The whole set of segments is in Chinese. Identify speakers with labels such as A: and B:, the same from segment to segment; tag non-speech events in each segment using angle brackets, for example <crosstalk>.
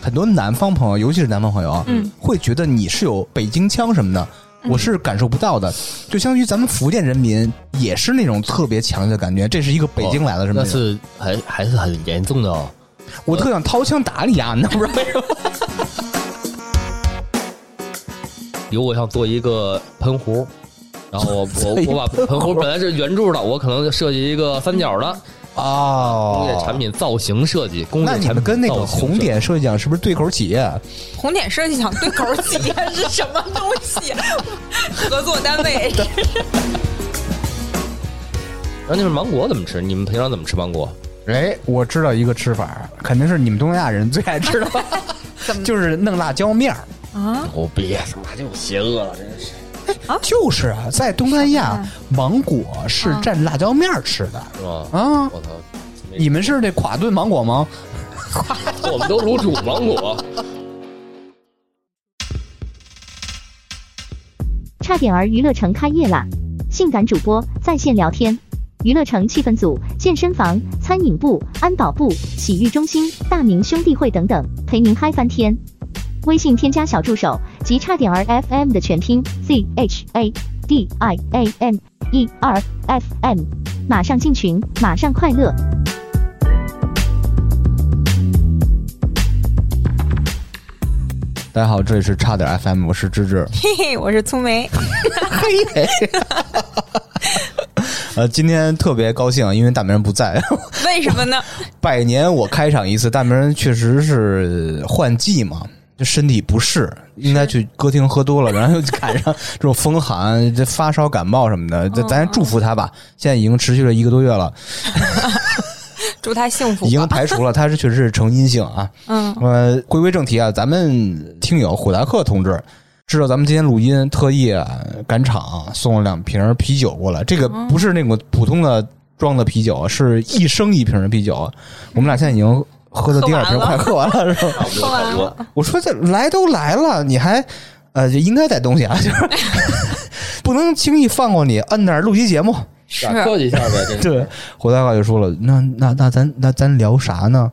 A: 很多南方朋友，尤其是南方朋友啊，
B: 嗯
A: 会觉得你是有北京腔什么的，我是感受不到的。就相当于咱们福建人民也是那种特别强烈的感觉，这是一个北京来的什么
C: 哦那
A: 人？
C: 是还还是很严重的哦。
A: 我特想掏枪打你啊！你知道不知道为什么？
C: 比如我想做一个喷壶，然后
A: <laughs>
C: 我我我把
A: 做一
C: 喷
A: 喷壶
C: 壶本来是圆柱的，我可能就设计一个三角的工业
A: 哦
C: 产品造型设计。工业
A: 那
C: 产
A: 你
C: 品
A: 们跟那
C: 造
A: 个
C: 型设计
A: 红点设计奖是不是对口企业？
B: 红点设计想对口儿企业是什么东西？合作
A: <laughs>
B: 单位
C: 然后那是芒果怎么吃？你们平常怎么吃芒果？
A: 哎，我知道一个吃法，肯定是你们东南亚人最爱吃的， <laughs>
B: 怎么
A: 就是弄辣椒面儿。
B: 啊？
C: 我别他妈就邪恶了，真是。
A: 就是啊，在东南亚，芒果是蘸辣椒面儿吃的
C: 是吧？
A: 啊。
C: 我操！那
A: 你们是那垮炖芒果吗？
C: 我们都卤煮
B: <laughs>
C: 芒果，
D: 差点儿娱乐城开业啦！性感主播在线聊天，娱乐城气氛组、健身房、餐饮部、安保部、洗浴中心、大明兄弟会等等，陪您嗨翻天。微信添加小助手及差点儿 FM 的全拼 Z H A D I A M E R F M，马上进群，马上快乐。
A: 大家好，这里是差点 FM，我是芝芝。
B: 嘿嘿，我是粗梅，
A: <laughs> 呃，今天特别高兴，因为大明人不在。 <laughs>
B: 为什么呢？
A: 百年我开场一次，大明人确实是换季嘛，就身体不适，应该去歌厅喝多了，然后就赶上这种风寒、这发烧、感冒什么的。这咱祝福他吧，现在已经持续了一个多月了，
B: 祝他幸福
A: 已经
B: 吧。
A: 排除了，他是确实是呈阴性啊。
B: 嗯，
A: 呃，归归正题啊，咱们听友虎达克同志知道咱们今天录音，特意啊赶场送了两瓶啤酒过来。这个
B: 哦
A: 不是那种普通的装的啤酒，啊是一升一瓶的啤酒。啊我们俩现在已经喝到第二瓶，
B: 喝完
A: 快喝完了
B: 了
A: 是吧？ <laughs>
C: 差不多差不多。
A: 我说这来都来了，你还呃就应该带东西啊，就是 <laughs> 不能轻易放过你，摁那儿录期节目。
B: 是
C: 啊客气一下呗，真
A: <laughs>
C: 是。
A: 对，胡大哥就说了，那那那咱那咱聊啥呢？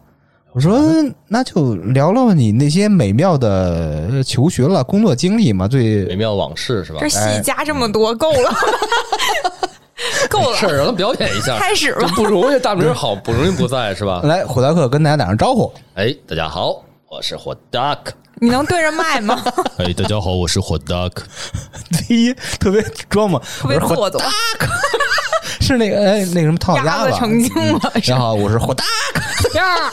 A: 我说那就聊聊你那些美妙的呃求学了、工作经历嘛。
C: 美
A: 对，
C: 妙往事是吧
B: 这？戏加这么多够了，
A: 哎 <laughs>
B: <laughs> 够
C: 事
B: 了，
C: 儿让他表演一下，
B: 开始
C: 这
B: 吧。
C: 不容易，大明儿好不容易不在是吧？
A: 来，胡大克跟大家打声招呼。
C: 哎，大家好，我是火 duck。
B: 你能对着麦吗？
A: <laughs>
C: 哎，大家好，我是火 duck。
A: 第一，特别装嘛，
B: 特别
A: 我说
B: 做作，
A: 是那个哎那个什么唐小
B: 鸭
A: 鸭
B: 子
A: 吧？嗯
B: 成精了。
A: 然后我是火大，
B: <laughs> 呀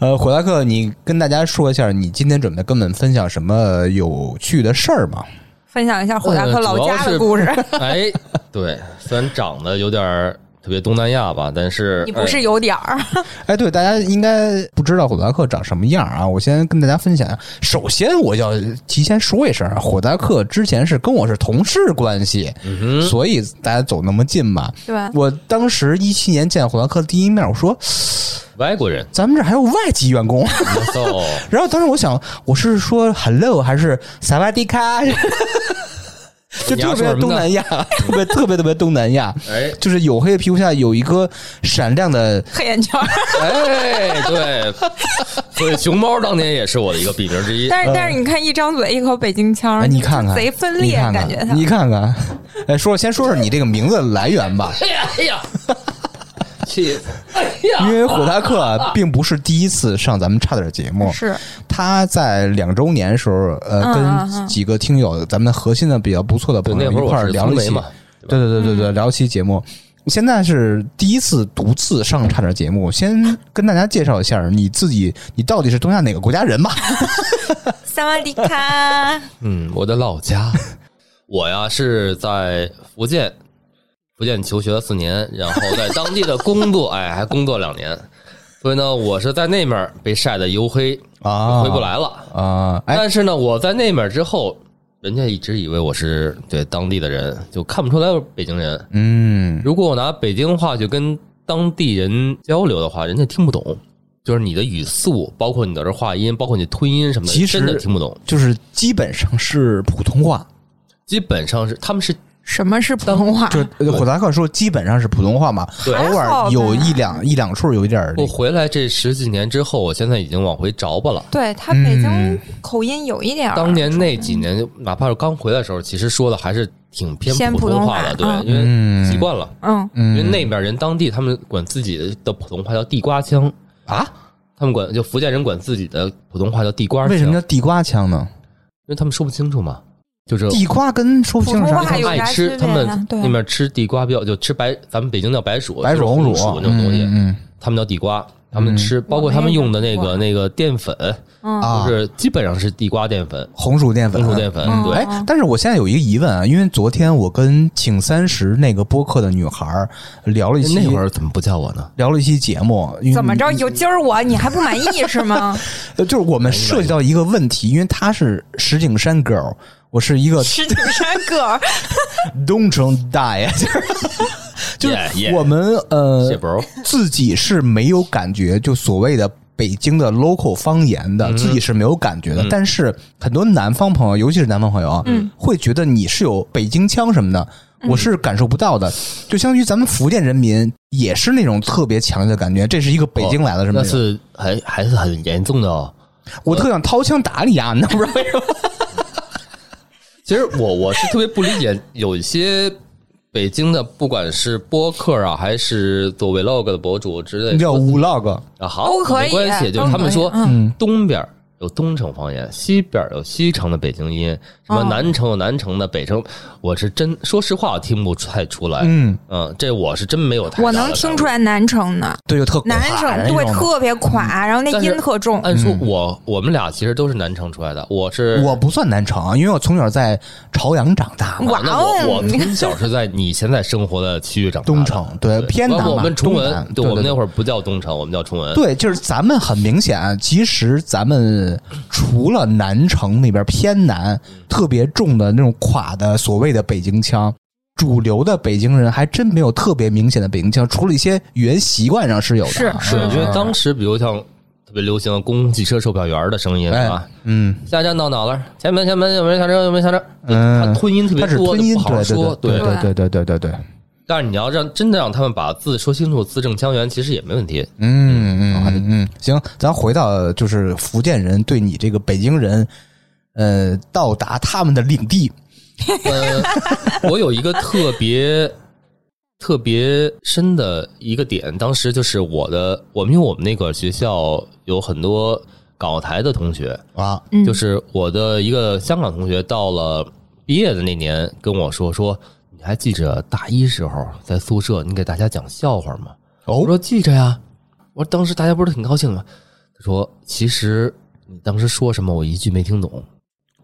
A: 呃，火大克，你跟大家说一下，你今天准备跟我们分享什么有趣的事儿吗？
B: 分享一下 <laughs> 火达克
C: 呃
B: 老
C: 主要
B: 家的
C: 是
B: 故事。
C: 哎，对，虽然长得有点儿特别东南亚吧，但是
B: 你不
C: 哎
B: 是有点儿？
A: 哎，对，大家应该不知道火达克长什么样啊！我先跟大家分享一下。首先，我要提前说一声啊，火达克之前是跟我是同事关系，
C: 嗯
A: 所以大家走那么近吧。
B: 对吧？
A: 我当时一七年见火达克第一面，我说，
C: 外国人
A: 咱们这儿还有外籍员工。啊
C: so
A: <laughs> 然后当时我想，我是说 hello 还是萨瓦迪卡？ <laughs> 就
C: 你要
A: 特
C: 说
A: 别
C: 什么呢
A: 东南亚，特别特别特别东南亚，
C: 哎
A: 就是黝黑的皮肤下有一颗闪亮的
B: 黑
A: <laughs>
B: 眼圈儿，
C: 哎，对，所以熊猫当年也是我的一个笔名之一。
B: 但是但是你看一张嘴一口北京腔，
A: 呃哎，你看看，
B: 啊贼分
A: 你
B: 裂，
A: 看看
B: 感觉他
A: 你看看， <laughs> 哎，说先说说你这个名字的来源吧，
C: 哎呀哎呀，气死！哎呀，
A: 因为火达克啊并不是第一次上咱们差点节目，
B: 是
A: 他在两周年时候，
B: 嗯
A: 呃，
B: 嗯
A: 跟几个听友，咱们核心的比较不错的
C: 对，
A: 朋友
C: 那会儿
A: 一块
C: 我
A: 儿
C: 是
A: 聊了
C: 苏
A: 一
C: 梅
A: 期，
C: 嘛，
A: 对对对对
B: 嗯
A: 对，聊一期节目。现在是第一次独自上差点节目，先跟大家介绍一下你自己，你到底是东亚哪个国家人吧？
B: 萨瓦迪
A: <laughs>
B: 卡，
C: 嗯，我的老家， <laughs> 我呀是在福建，福建求学了四年，然后在当地的工作，哎，还工作两年，所以呢，我是在那面儿被晒得黝黑，
A: 啊
C: 回不来了。
A: 啊、哎，
C: 但是呢，我在那面儿之后，人家一直以为我是对当地的人，就看不出来我是北京人。
A: 嗯，
C: 如果我拿北京话去跟当地人交流的话，人家听不懂，就是你的语速，包括你的这话音，包括你吞音什么的，
A: 其实
C: 真的听不懂。
A: 就是基本上是普通话，
C: 基本上是他们是
B: 什么是普通话？
A: 就呃火达克说基本上是普通话嘛，
C: 对
A: 偶
B: 还好
A: 尔
B: 吧
A: 有一两一两处有一点儿
C: 我回来这十几年之后，我现在已经往回找吧了。
B: 对他北
A: 嗯
B: 京口音有一点儿，
C: 当年那几年，哪怕是刚回来的时候，其实说的还是挺偏
B: 偏
C: 普
B: 普通
C: 话
B: 话
C: 的，对，
B: 嗯
C: 因为习惯了。
B: 嗯，
A: 嗯
C: 因为那边人当地他们管自己的普通话叫地瓜腔啊，他们管就福建人管自己的普通话叫地瓜腔，
A: 为什么叫
C: 因
A: 地瓜腔呢？
C: 为他们说不清楚嘛，就是
A: 地瓜跟说不清
B: 普
A: 啥
B: 通
C: 他
A: 关
B: 话
A: 系
B: 有
C: 们
B: 啥
C: 爱吃，
B: 区
C: 他
B: 别
C: 们
B: 呢对
C: 那边吃地瓜比较就吃白，咱们北京叫白薯，
A: 白
C: 就是
A: 薯
C: 红
A: 红
C: 薯
A: 薯
C: 那种东西，
A: 嗯
C: 他们叫地瓜。他们吃，包括他们用的那个那个淀粉，
A: 嗯啊
C: 就，是基本上是地瓜淀粉、
A: 红薯淀粉，
C: 红薯淀粉，哦
B: 嗯
C: 对，
A: 哎，但是我现在有一个疑问啊，因为昨天我跟请三十那个播客的女孩儿聊了一期，
C: 那会儿怎么不叫我呢？
A: 聊了一期节目，因为
B: 怎么着？有今儿我你还不满意是
C: <laughs>
B: 吗？
A: 呃就是我们涉及到一个问题，因为她是石景山 girl，我是一个
B: 石景山歌，
A: 东城大爷， <laughs> 就是就是
C: Yeah, yeah
A: 我们
C: 谢
A: 呃
C: 博，
A: 自己是没有感觉，就所谓的。北京的 local 方言的，自己是没有感觉的，但是很多南方朋友，尤其是南方朋友啊，
B: 嗯
A: 会觉得你是有北京腔什么的，我是感受不到的。就相当于咱们福建人民也是那种特别强烈的感觉，这是一个北京来的什么
C: 那
A: 人？
C: 是还还是很严重的哦。
A: 我特想掏枪打你啊！你知道不知道为什么？
C: 其实我我是特别不理解，有一些北京的，不管是播客啊，还是做 vlog 的博主之类
A: 你叫
C: 的，
A: vlog，
C: 啊，好
B: 都，可以
C: 没关系，就是他们说
B: 都可以嗯
A: 嗯
C: 东边儿有东城方言，西边儿有西城的北京音，什么
B: 哦
C: 南城有南城的，北城，我是真说实话，我听不太出来。
A: 嗯，
C: 嗯，这我是真没有太。
B: 我能听出
C: 来。
B: 来南
A: <laughs>
B: 城的，
A: 对，就特垮
B: 南
A: 那
B: 城
A: 种
B: 对
A: 的嗯
B: 特别垮，然后那
C: 但是
B: 音特重。
C: 按嗯说我我们俩其实都是南城出来的，我是
A: 我不算南城，啊因为我从小在朝阳长大嘛，
B: 哇
C: 那
B: 哦
C: 呃我我从小是在你现在生活的区域长大的，
A: 东城对偏南嘛
C: 我们
A: 东
C: 崇
A: 南
C: 文，
A: 对
C: 我们
A: 对
C: 那会儿不叫东城，我们叫崇文。
A: 对，就是咱们很明显，其实咱们除了南城那边偏南特别重的那种垮的所谓的北京腔，主流的北京人还真没有特别明显的北京腔，除了一些语言习惯上是有的，
B: 是
C: 啊是因
A: 嗯
C: 为当时比如像特别流行的公共汽车售票员的声音
A: 哎
C: 啊，
A: 嗯
C: 下站到哪了？前门前门有没有人下车？有没有下车？
A: 嗯
C: 他吞音特别
A: 它是
C: 多，
A: 吞音，
C: 就不好
A: 对
C: 说。
A: 对
B: 对
A: 对对对对对对，
C: 但是你要让真的让他们把字说清楚，字正腔圆，其实也没问题。
A: 嗯嗯嗯嗯，行，咱回到就是福建人对你这个北京人，呃，到达他们的领地，
C: 呃，我有一个特别特别深的一个点，当时就是我的，我们因为我们那个学校有很多港澳台的同学，
A: 啊，
B: 嗯
C: 就是我的一个香港同学，到了毕业的那年跟我说说，你还记着大一时候在宿舍你给大家讲笑话吗？
A: 哦
C: 我说记着呀，我说当时大家不是挺高兴吗？他说其实你当时说什么我一句没听懂，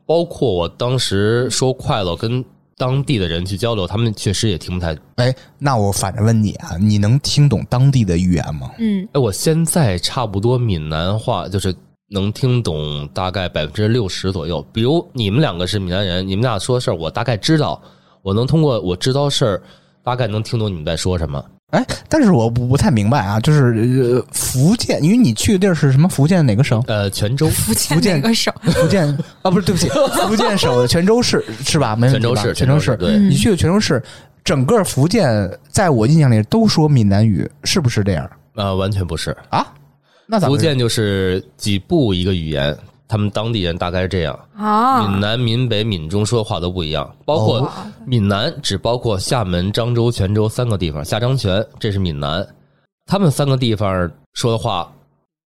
C: 包括我当时说快乐跟当地的人去交流，他们确实也听不太。
A: 哎，那我反着问你啊，你能听懂当地的语言吗？
B: 嗯，
C: 哎，我现在差不多闽南话就是能听懂大概百分之六十左右。比如你们两个是闽南人，你们俩说事儿，我大概知道，我能通过我知道事儿，大概能听懂你们在说什么。？
A: 哎，但是我不不太明白啊，就是、呃、福建，因为你去的地儿是什么？福建哪个 <laughs> 省
C: 呃，泉州，
B: 福建
A: 建
B: 哪个省？
A: 福建啊，不是，对 <laughs> 不起，福建省泉州市是吧？没问
C: 泉
A: 题
C: 州
A: 吧
C: 市，
A: 泉州市。嗯
C: 对。
A: 你去的泉州市，整个福建，在我印象里都说闽南语，是不是这样
C: 呃，完全不是。
A: 啊？那咱们
C: 福建就是几部一个语言，他们当地人大概是这样。闽
B: 啊，哦
C: 南、闽北、闽中说的话都不一样，包括
B: 哇
C: 闽南只包括厦门、漳州、泉州三个地方，下漳泉这是闽南，他们三个地方说的话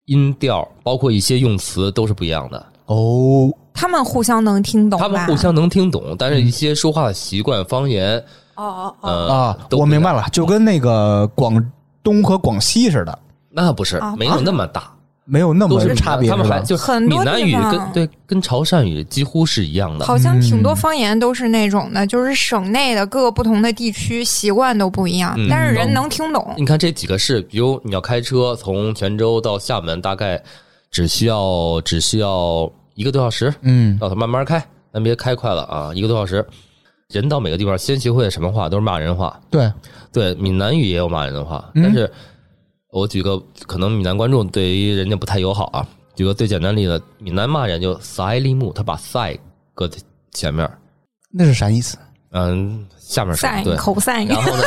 C: 音调，包括一些用词都是不一样的。
A: 哦，
B: 他们互相能听懂吧，
C: 他们互相能听懂，但是一些说话的习惯、方言，
B: 哦哦哦，
C: 呃，
A: 啊，
C: 都不
A: 我
C: 一样
A: 明白，了，就跟那个广东和广西似的，
C: 那不是
B: 啊
C: 没有那么大。
A: 没有那
C: 都
A: 么
C: 是闽南
A: 差别，
C: 他们
A: 是
C: 还
A: 吧？
C: 就
B: 很多
C: 闽南
B: 地
C: 语跟
B: 方
C: 对跟潮汕语几乎是一样的，
B: 好像挺多方言都是那种的，就是省内的各个不同的地区习惯都不一样，
C: 嗯
B: 但是人能听懂。
C: 你看这几个市，比如你要开车从泉州到厦门，大概只需要只需要一个多小时，
A: 嗯，
C: 让它慢慢开，咱别开快了啊，一个多小时。人到每个地方，先学会什么话都是骂人话，
A: 对，
C: 对，闽南语也有骂人的话，但是我举个可能闽南观众对于人家不太友好啊，举个最简单的例子，闽南骂人就塞利木，他把塞搁在前面，
A: 那是啥意思？
C: 嗯，下面是
B: sin
C: 对，
B: cosine
C: 然后呢，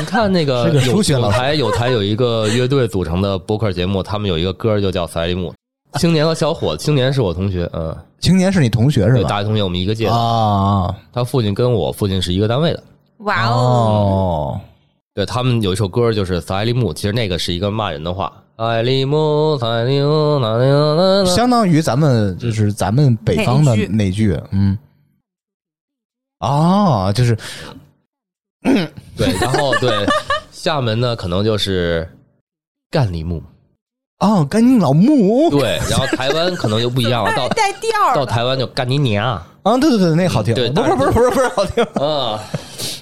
C: 你看那个
A: 是个
C: 有
A: 数学
C: 有
A: 老师
C: 台有台有一个乐队组成的播客节目，他们有一个歌就叫《萨利姆》，青年和小伙，青年是我同学，嗯，
A: 青年是你同学是
C: 对，
A: 吧？
C: 大学同学我们一个届的，
A: 啊，
C: 他父亲跟我父亲是一个单位的。
B: 哇哦，
A: 哦，
C: 对他们有一首歌就是《萨利姆》，其实那个是一个骂人的话，《萨利姆》，萨利姆，萨利姆，
A: 相当于咱们就是咱们北方的
B: 哪一句
A: 那句，嗯，啊，就是
C: 对，然后对厦门呢，可能就是干梨木，
A: 哦，干净老木
C: 对，然后台湾可能就不一样了，
B: <laughs>
C: 到
B: 带调儿
C: 到
B: 了，
C: 台湾就干你娘，
A: 啊，对对对，那好听，
C: 对
A: 不是不是不是不是好听，
C: 嗯，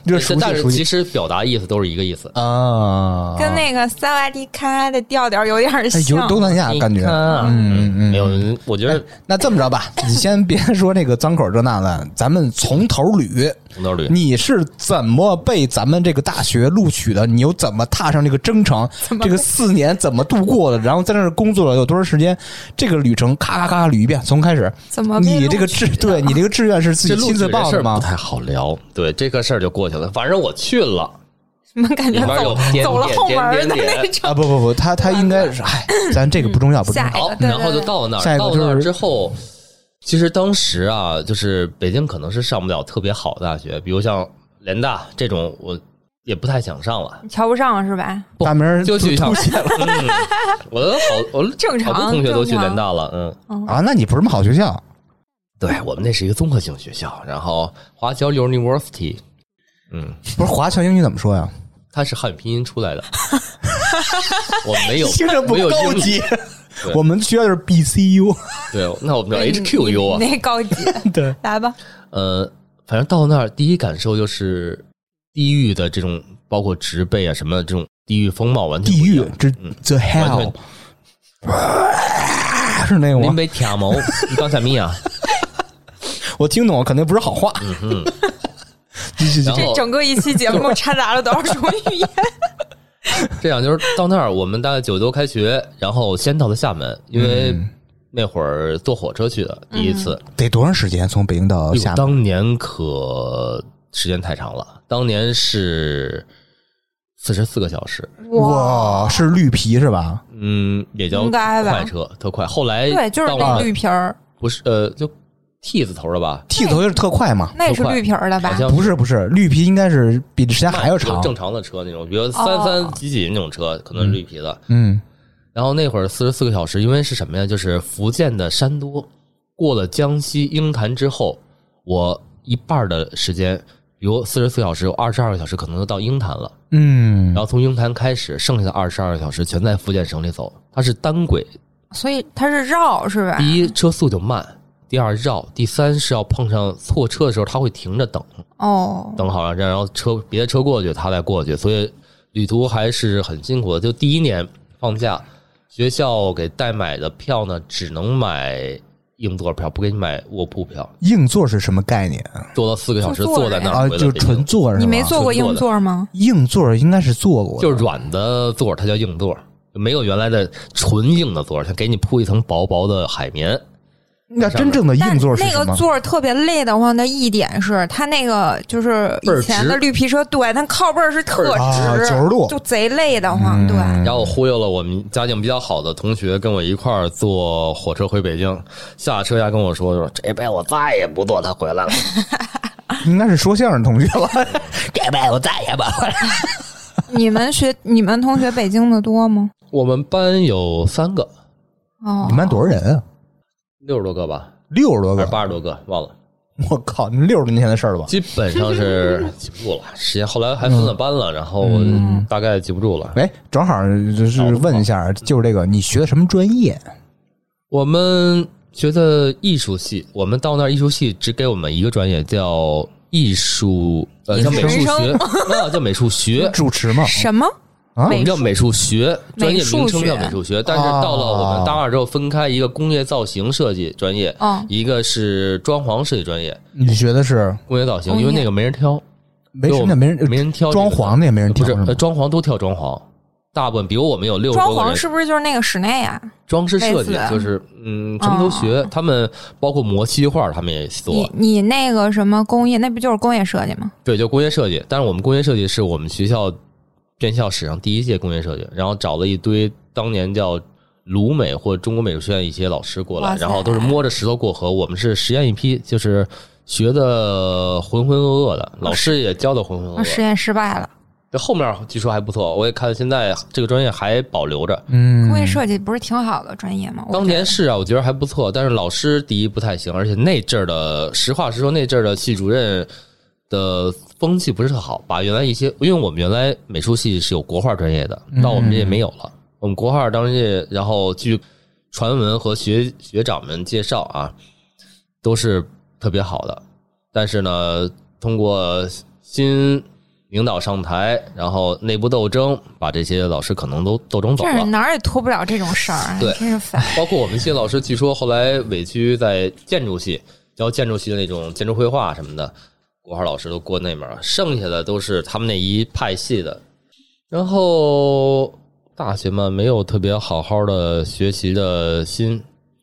A: 就是熟
C: 但
A: 悉
C: 是
A: 熟
C: 其
A: 悉
C: 实表达意思都是一个意思。
A: 啊，
B: 跟那个萨瓦迪卡的调调儿有点儿
A: 哎有
B: 像。
A: 东南亚感觉
C: 你，看啊
A: 嗯嗯嗯
C: 没有，我觉得
A: 那这么着吧，你先别说这个脏口这那的，咱们从头捋。
C: 红豆绿
A: 你是怎么被咱们这个大学录取的？你又怎么踏上这个征程？
B: 么
A: 这个四年怎么度过的？然后在那儿工作了有多长时间？这个旅程咔咔咔捋一遍，从开始。
B: 怎么被
A: 你这个
B: 录取
A: 志对你这个志愿是自己
C: 这录
A: 亲
C: 取
A: 自
C: 这
A: 报
C: 事
A: 的
C: 儿不
A: 吗？
C: 太好聊，对这个事儿就过去了。反正我去了，
B: 怎么感觉
C: 里边有
B: 走
C: 点
B: 走了
C: 点
B: 后门
C: 点
B: 儿的
C: 点
B: 那
C: 点
B: 种？
A: 啊不不不，他他应该是，哎，咱这个不重要，不重
B: 下
A: 要。
B: 一
C: 好
B: 个，，对
C: 然后就
B: 对
C: 到那
A: 下
C: 儿，
A: 一个
C: 到
A: 就是
C: 那儿之后，其实当时啊，就是北京可能是上不了特别好的大学，比如像联大这种，我也不太想上了。
B: 对瞧不上是吧？
C: 不
A: 大明儿
C: 就去
A: 吐
C: 上
A: 吐血了
C: 嗯，我的好，我的
B: 正常
C: 好多同学都去
B: 正常
C: 联大了，嗯。
A: 啊！那你不是什么好学校
C: 对我们那是一个综合性学校，然后华侨 University，嗯，
A: 不是华侨英语怎么
B: <laughs>
A: 说呀？
C: 它是汉语拼音出来的，我没有，
A: 听着不
C: 没有
A: 高
C: 英语
A: 级
C: 对
A: 我们学校就是 BCU，
C: 对，那我们
A: 哎
C: 叫
B: 你
C: HQU
B: 嗯你
C: 啊，
B: 那高级，
A: <laughs> 对，
B: 来
C: <laughs>
B: 吧，
C: 呃，反正到那儿第一感受就是地域的这种，包括植被啊什么的这种地域风貌完全
A: 地
C: 不一
A: 狱
C: 样，
A: 这
C: 嗯
A: the
C: 完
A: hell
C: 全
A: 是那个
C: 林
A: 吗？
C: 北挑毛，你刚才咪啊，
A: 我听懂，肯定不是好话。
C: 嗯哼，
A: <laughs> 继续继
C: 然
A: 续，
B: 这
C: 后
B: 整个一期节目掺杂了多少种语言？
C: 这样就是到那儿，我们大概九多开学，然后先到的厦门，因为
A: 嗯
C: 那会儿坐火车去的，第一次。
A: 得多长时间从北京到
B: 哦
C: 哟
A: 厦门？
C: 当年可时间太长了，当年是四十四个小时，
A: <laughs> 哇，是绿皮是吧？
C: 嗯，也叫
B: 应该吧
C: 快车，特快。后来
B: 对，就是
C: 到
B: 那
C: 了
B: 绿皮儿，
C: 不是呃，就 T 字头的吧，
A: 剃头就是特快嘛？
B: 那是绿皮儿的吧
C: 好？像
A: 不是不是，绿皮应该是比这时间还要
C: 就
A: 长。
C: 正常的车那种，比如三
B: 哦
C: 三几几那种车，可能是绿皮的。
A: 嗯，
C: 然后那会儿四十四个小时，因为是什么呀？就是福建的山多，过了江西鹰潭之后，我一半儿的时间，比如四十四小时，有二十二个小时可能就到鹰潭了。
A: 嗯
C: 然，后从鹰潭开始，剩下的二十二个小时全在福建省里走。它是单轨，
B: 所以它是绕是吧？
C: 第一车速就慢，第二绕，第三是要碰上错车的时候，它会停着等，
B: 哦，
C: 等好了，然后车别的车过去，它再过去，所以旅途还是很辛苦的。就第一年放假，学校给代买的票呢，只能买硬座票，不给你买卧铺票，
A: 硬座是什么概念
C: 坐了四个小时，
B: 就坐着
C: 坐在那
A: 啊
C: 儿？回来
A: 就
C: 北京
A: 纯坐是吧？
B: 你没坐过硬座吗？
A: 硬座，应该是坐过的，
C: 就是软的座儿，它叫硬座儿，没有原来的纯硬的座儿，它给你铺一层薄薄的海绵。
A: 那真正的
B: 但
A: 硬座是
B: 那
A: 什
B: 个
A: 么？
B: 座儿特别累的话，那一点是它那个就是
C: 倍儿
B: 以前的
C: 直
B: 绿皮车，对，它靠背儿是特
C: 倍
A: 儿
B: 直，
A: 直啊90度
B: 就贼累的慌。
A: 嗯
B: 对，
C: 然后我忽悠了我们家境比较好的同学，跟我一块儿坐火车回北京。下车呀跟我说，说这辈子我再也不坐他回来了。
A: 应该是说相声同学
C: <laughs>
A: 吧？
C: 这辈子我再也不回来。
B: <laughs> 你们学你们同学北京的多吗？
C: <laughs> 我们班有三个，
B: 哦，
A: 你们班多少人啊？
C: 六十多个吧，
A: 六十多
C: 还
A: 个
C: 是，八十多个，忘了，
A: <laughs> 我靠，那六十年前的事儿了吧？
C: 基本上是记不住了。时间后来还分了班了，然后大概记不住了。
A: 哎，正好就是问一下，就是这个，你学的什么专业？
C: 我们学的艺术系，我们到那儿艺术系只给我们一个专业叫艺术，呃，
B: 艺术
C: 叫美术
B: 生
C: 学，那叫美术学。
A: 主持嘛？
B: 什么？
A: 啊
C: 我
B: 美
C: 们叫
B: 术
C: 美术学，专业名称叫美术
A: 哦
C: 学，但是到了我
A: 啊
C: 们大二之后，分开一个工业造型设计专业，
B: 嗯
C: 一个是装潢设计专业。
A: 你学的是
C: 工业造型，
B: 工业
C: 因为那个没人挑，
A: 没
C: 就
A: 什么没人呃
C: 没人挑这
A: 装
C: 个
A: 潢的也没人
C: 不
A: 挑
C: 是
A: 是吗
C: 呃装潢都挑装潢，大部分比如我们有六十
B: 装
C: 多个人
B: 潢，是不是就是那个室内啊？
C: 装饰设计
B: 类似哦
C: 就是嗯，什么都学。他们包括磨漆画，他们也做
B: 你，你那个什么工业，那不就是工业设计吗？
C: 对，就工业设计。但是我们工业设计是我们学校院校史上第一届工业设计，然后找了一堆当年叫鲁美或中国美术学院一些老师过来，
B: 哇塞
C: 然后都是摸着石头过河。我们是实验一批，就是学的浑浑噩噩的，老师也教的浑浑噩
B: 那啊实
C: 噩。
B: 验失败了。
C: 这后面据说还不错，我也看现在这个专业还保留着。
A: 嗯
B: 工业设计不是挺好的专业吗？我
C: 当
B: 觉
C: 年
B: 得
C: 是啊，我觉得还不错，但是老师第一不太行，而且那阵儿的，实话实说，那阵儿的系主任的风气不是特好，把原来一些，因为我们原来美术系是有国画专业的，到我们这也没有了。我们国画当时，然后据传闻和学学长们介绍啊，都是特别好的，但是呢，通过新领导上台，然后内部斗争，把这些老师可能都斗争走
B: 这
C: 了
B: 儿。哪儿也脱不了这种事儿，哎
C: 对
B: 真是
C: <laughs>
B: 烦。
C: 包括我们系老师，据说后来委屈在建筑系教建筑系的那种建筑绘画什么的，国画老师都过那门儿，剩下的都是他们那一派系的。然后大学嘛，没有特别好好的学习的心，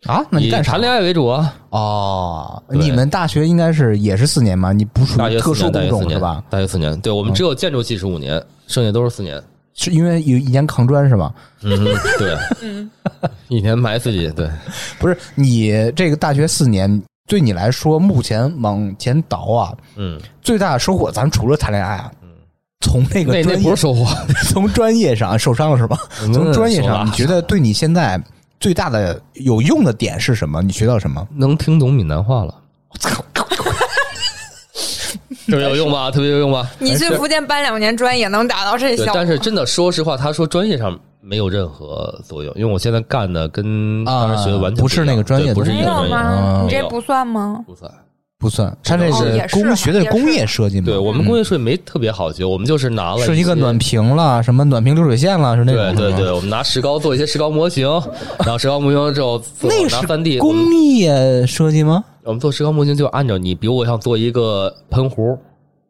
A: 啊，那你
C: 以
A: 干啥
C: 嗯谈恋爱为主啊？
A: 哦，
C: 对
A: 你们大学应该是也是四年吧？你不属
C: 大
A: 于特
C: 学四
A: 殊
C: 年，大
A: 工
C: 学四
A: 种是
C: 年
A: 吧？？嗯
C: 大学四年，对我们只有建筑系是五年，剩下都是四年。
A: 是因为有一年抗专是吧？
C: 嗯，对，一年埋自己，对，
A: 不是，你这个大学四年对你来说，目前往前倒啊，
C: 嗯，
A: 最大的收获，咱们除了谈恋爱啊，从那个
C: 那那
A: 专业
C: 不是收获，
A: 从专业上受伤了是吧？
C: 嗯
A: 从专业
C: 受
A: 上，
C: 了
A: 你觉得对你现在最大的有用的点是什么？你学到什么？
C: 能听懂闽南话了， <laughs> 特别有用吧？ <laughs> 特别有用吧？
B: 你去福建搬两年专也能达到这嗯
C: 对
B: 效，果
C: 但？是真的，说实话，他说专业上没有任何作用，因为我现在干的跟
A: 啊
C: 当时学的完全
A: 不是
C: 一样
A: 那个专业
C: 对不是一
B: 没
C: 个
B: 有
C: 专业，
B: 吗？
A: 嗯
B: 你
C: 没
B: 这
C: 有
B: 不算吗？
C: 不算。
A: 不算，他这
B: 哦也
A: 是
B: 是
A: 工
B: 啊
A: 学的
B: 也是
A: 工业设计嘛？
C: 对我们工业税没特别好学，我们就是拿了
A: 是一
C: 一
A: 个
C: 些
A: 暖瓶了，什么暖瓶流水线了，是那
C: 对
A: 种
C: 对
A: 是吗
C: 对，我们拿石膏做一些石膏模型，然后石膏模型之后做
A: 那个
C: 拿
A: 是
C: 三 D 我们
A: 工业设计吗？
C: 我们做石膏模型就按照你，比如我想做一个喷壶，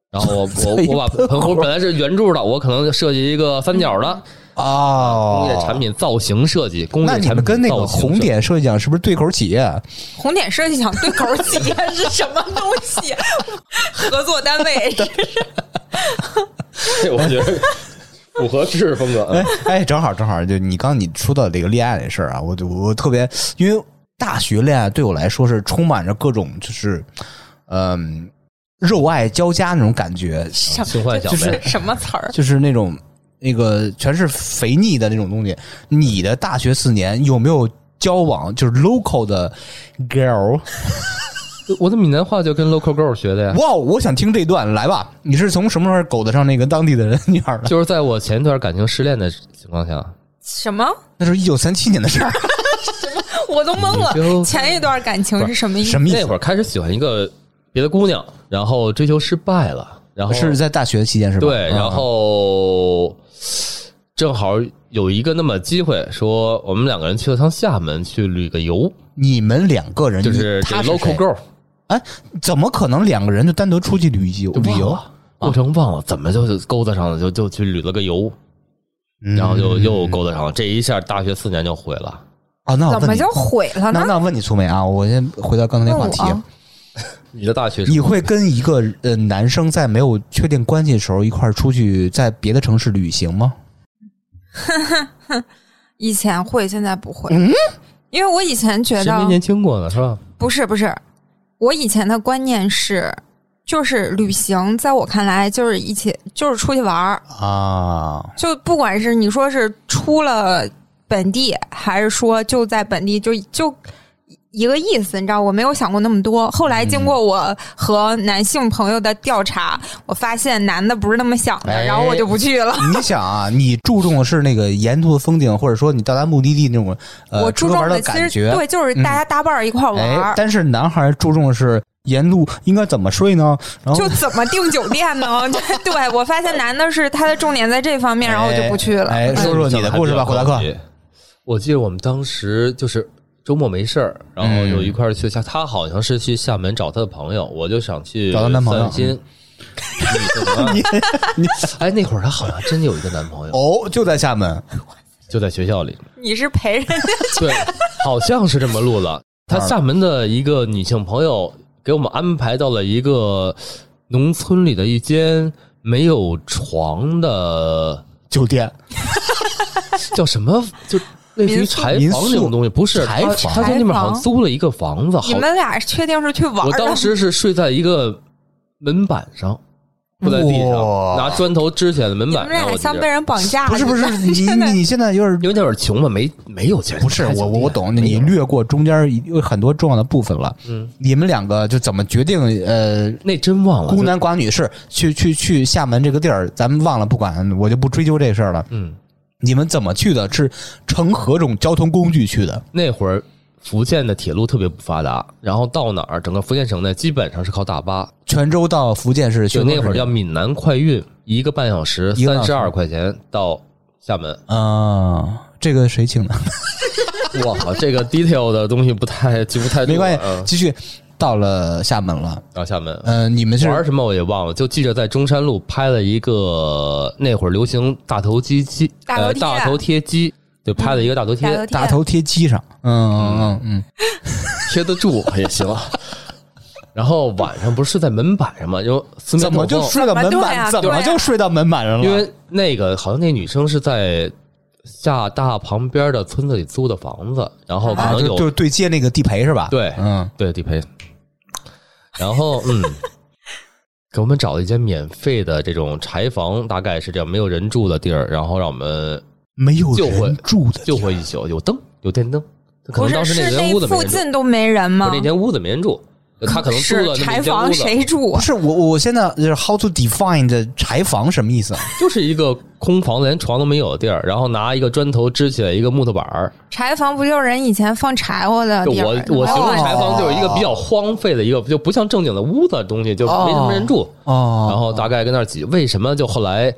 C: 然后我我
A: <laughs> 做一
C: 我把
A: 喷
C: 喷壶
A: 壶
C: 本来是圆柱的，我可能就设计一个三角的。
A: 哦
C: 工业产品造型设计，工业
A: 那
C: 产
A: 你
C: 品
A: 们跟那个
C: 造型
A: 红
C: 设计
A: 点设计奖是不是对口企业？
B: 红点设计想对口企业 <laughs> 是什么东
C: <laughs>
B: 西？合作单位
C: <laughs> 这我觉得符合知识风格。
A: 哎哎，正好正好，就你刚你说到这个恋爱这事儿啊，我就我特别，因为大学恋爱对我来说是充满着各种就是，嗯、肉爱交加那种感觉，
B: 什
C: 性幻想呗
B: 这是什么词儿？
A: 就是那种那个全是肥腻的那种东西。你的大学四年有没有交往就是 local 的 girl？
C: 我的闽南话就跟 local girl 学的呀，
A: 哇，哦我想听这段，来吧！你是从什么时候狗得上那个当地的人女孩的？<laughs>
C: <laughs> 就是在我前一段感情失恋的情况下，
B: 什么？
A: 那是一九三七年的事
C: <laughs>
A: 儿，
B: <laughs> 我都懵
C: 你就
B: 了。前一段感情是什么意思
A: 什？么意
C: 那
A: 思？
C: 会儿开始喜欢一个别的姑娘，然后追求失败了，然后
A: 是在大学期间是吧？
C: 对，
A: 嗯
C: 然后正好有一个那么机会，说我们两个人去了趟厦门去旅个游，
A: 你们两个人
C: 就是这
A: 哎他是
C: local
A: 谁
C: girl
A: 哎，怎么可能两个人就单独出去旅游
C: 就忘了
A: 旅游？
C: 过程忘了，怎么就勾搭上了，就就去旅了个游，然后就
A: 嗯
C: 又勾搭上了，这一下大学四年就毁了。
A: 哦，那我
B: 怎
A: 问
B: 么
A: 你
B: 就毁了
A: 那
B: 呢？
A: 那我问你粗梅啊，我先回到刚才那话题，
B: 问我啊
C: 你的大学是
A: 你会跟一个呃男生在没有确定关系的时候一块儿出去在别的城市旅行吗？
B: 以前会，现在不会。因为我以前觉
C: 谁没
B: 得
C: 年轻过呢，是吧？
B: 不是不是，我以前的观念是，就是旅行，在我看来就是一起就是出去玩儿，
A: 啊，
B: 就不管是你说是出了本地，还是说就在本地，就就一个意思，你知道，我没有想过那么多。后来经过我和男性朋友的调查，我发现男的不是那么想的，
A: 哎
B: 然后我就不去了。
A: 你想啊，你注重的是那个沿途的风景，或者说你到达目的地那种呃
B: 我注
A: 出
B: 重
A: 门的
B: 其
A: 感
B: 实
A: 觉，
B: 对，就是
C: 嗯
B: 大家搭伴儿一块儿玩
A: 哎
B: 儿，，
A: 但是男孩注重的是沿路应该怎么睡呢？然后
B: 就怎么订酒店呢？对，对我发现男的是他的重点在这方面，然后我就不去了。
A: 哎，哎说说你的故事吧，霍达克。
C: 我记得我们当时就是周末没事儿，
A: 嗯
C: 然后就一块儿去厦，他好像是去厦门找他的朋友，我就想去
A: 找她男朋友嗯
C: 散心。
A: <laughs>
C: 你哎，那会儿她好像真有一个男朋友，
A: 哦，就在厦门，
C: 就在学校里。
B: 你是陪
C: <laughs>
B: 人家
C: 对，好像是这么录的。她厦门的一个女性朋友给我们安排到了一个农村里的一间没有床的，
A: 酒店
C: <laughs> 叫什么？就类似于柴
A: 民
C: 房
A: 宿
C: 那种东西，不是
A: 柴
C: 她
A: 房
C: 她在那边好
B: 柴
C: 像
B: 房
C: 租了一个房子，好
B: 你们俩确定是去玩儿
C: 我
B: 的？
C: 当时是睡在一个门板上，铺在地上，
A: 哇
C: 拿砖头支起来的门
B: 你
C: 板
B: 们
C: 上。
B: 俩
C: 我
B: 像
C: 记
B: 被
C: 着，
B: 人绑架，
A: 不是不是，你
B: 真的
A: 你你现在有点
C: 因为那会儿穷嘛，没没有钱。
A: 不是
C: 开酒
A: 我我
C: 店
A: 我懂，
C: 没
A: 你
C: 有
A: 略过中间一有很多重要的部分了。
C: 嗯，啊
A: 你们两个就怎么决定？呃，
C: 那真忘了
A: 孤，男寡女是去去去厦门这个地儿，咱们忘了不管，我就不追究这事儿了。
C: 嗯，
A: 你们怎么去的？是乘何种交通工具去的？
C: 那会儿福建的铁路特别不发达，然后到哪儿，整个福建省内基本上是靠大巴。
A: 泉州到福建是
C: 就
A: 去
C: 那会儿叫闽南快运，一个半小时
A: 一个半
C: 三
A: 小时
C: 十二块钱到厦门。
A: 啊、这个谁请的？
C: <laughs> 我靠，这个 detail 的东西不太记不太住
A: 没关
C: 嗯
A: 系，继续。到了厦门了，
C: 到厦门，
A: 呃，你们是
C: 玩什么我也忘了，就记着在中山路拍了一个那会儿流行大头机机
B: 大头
C: 呃
B: 贴嗯
C: 大头贴机，对，拍了一个大头贴，
B: 大头贴
A: 大头贴机上，嗯嗯嗯
C: 贴
A: <laughs>
C: 得住
A: 哎
C: 也行。然后晚上不是睡在门板上吗？就
A: 嗯，
C: 四面
A: 怎么就
C: 透风
A: 睡到门
B: 怎么对啊
A: 板？
B: 呀
A: 怎么
B: 对呀
A: 就睡到门板上了？
C: 因为那个好像那女生是在厦大旁边的村子里租的房子，然后可
A: 啊，
C: 能
A: 就
C: 有、
A: 就是对接那个地陪是吧？
C: 对
A: 嗯，
C: 对地陪，然后
B: <laughs>
C: 嗯，给我们找了一间免费的这种柴房，大概是这样没有人住的地儿，然后让我们
A: 没有
C: 就会
A: 人住的地
C: 就
A: 儿
C: 会一宿，有灯，有电灯。可
B: 不是
C: 能当时
B: 是
C: 那间屋子没
B: 附
C: 人住，
B: 近都没人
C: 不是
B: 吗？
C: 那间屋子没人住，他可能租了
B: 是
C: 那么
B: 柴
C: 一间
B: 房
C: 屋子，
B: 谁住
A: 不
B: 啊？
A: 是我，我现在就是 how to define 的柴房什么意思？啊
C: <laughs> 就是一个空房，连床都没有的地儿，然后拿一个砖头支起来一个木头板儿。
B: 柴房不就是人以前放柴火的
C: 就
B: 啊地儿
C: 我
B: 吗？哎
C: 我形容
A: 哦
C: 柴房就是一个比较荒废的一个，就不像正经的屋子的东西，就没什么人住。
A: 哦，
C: 然后大概跟那儿挤，为什么就后来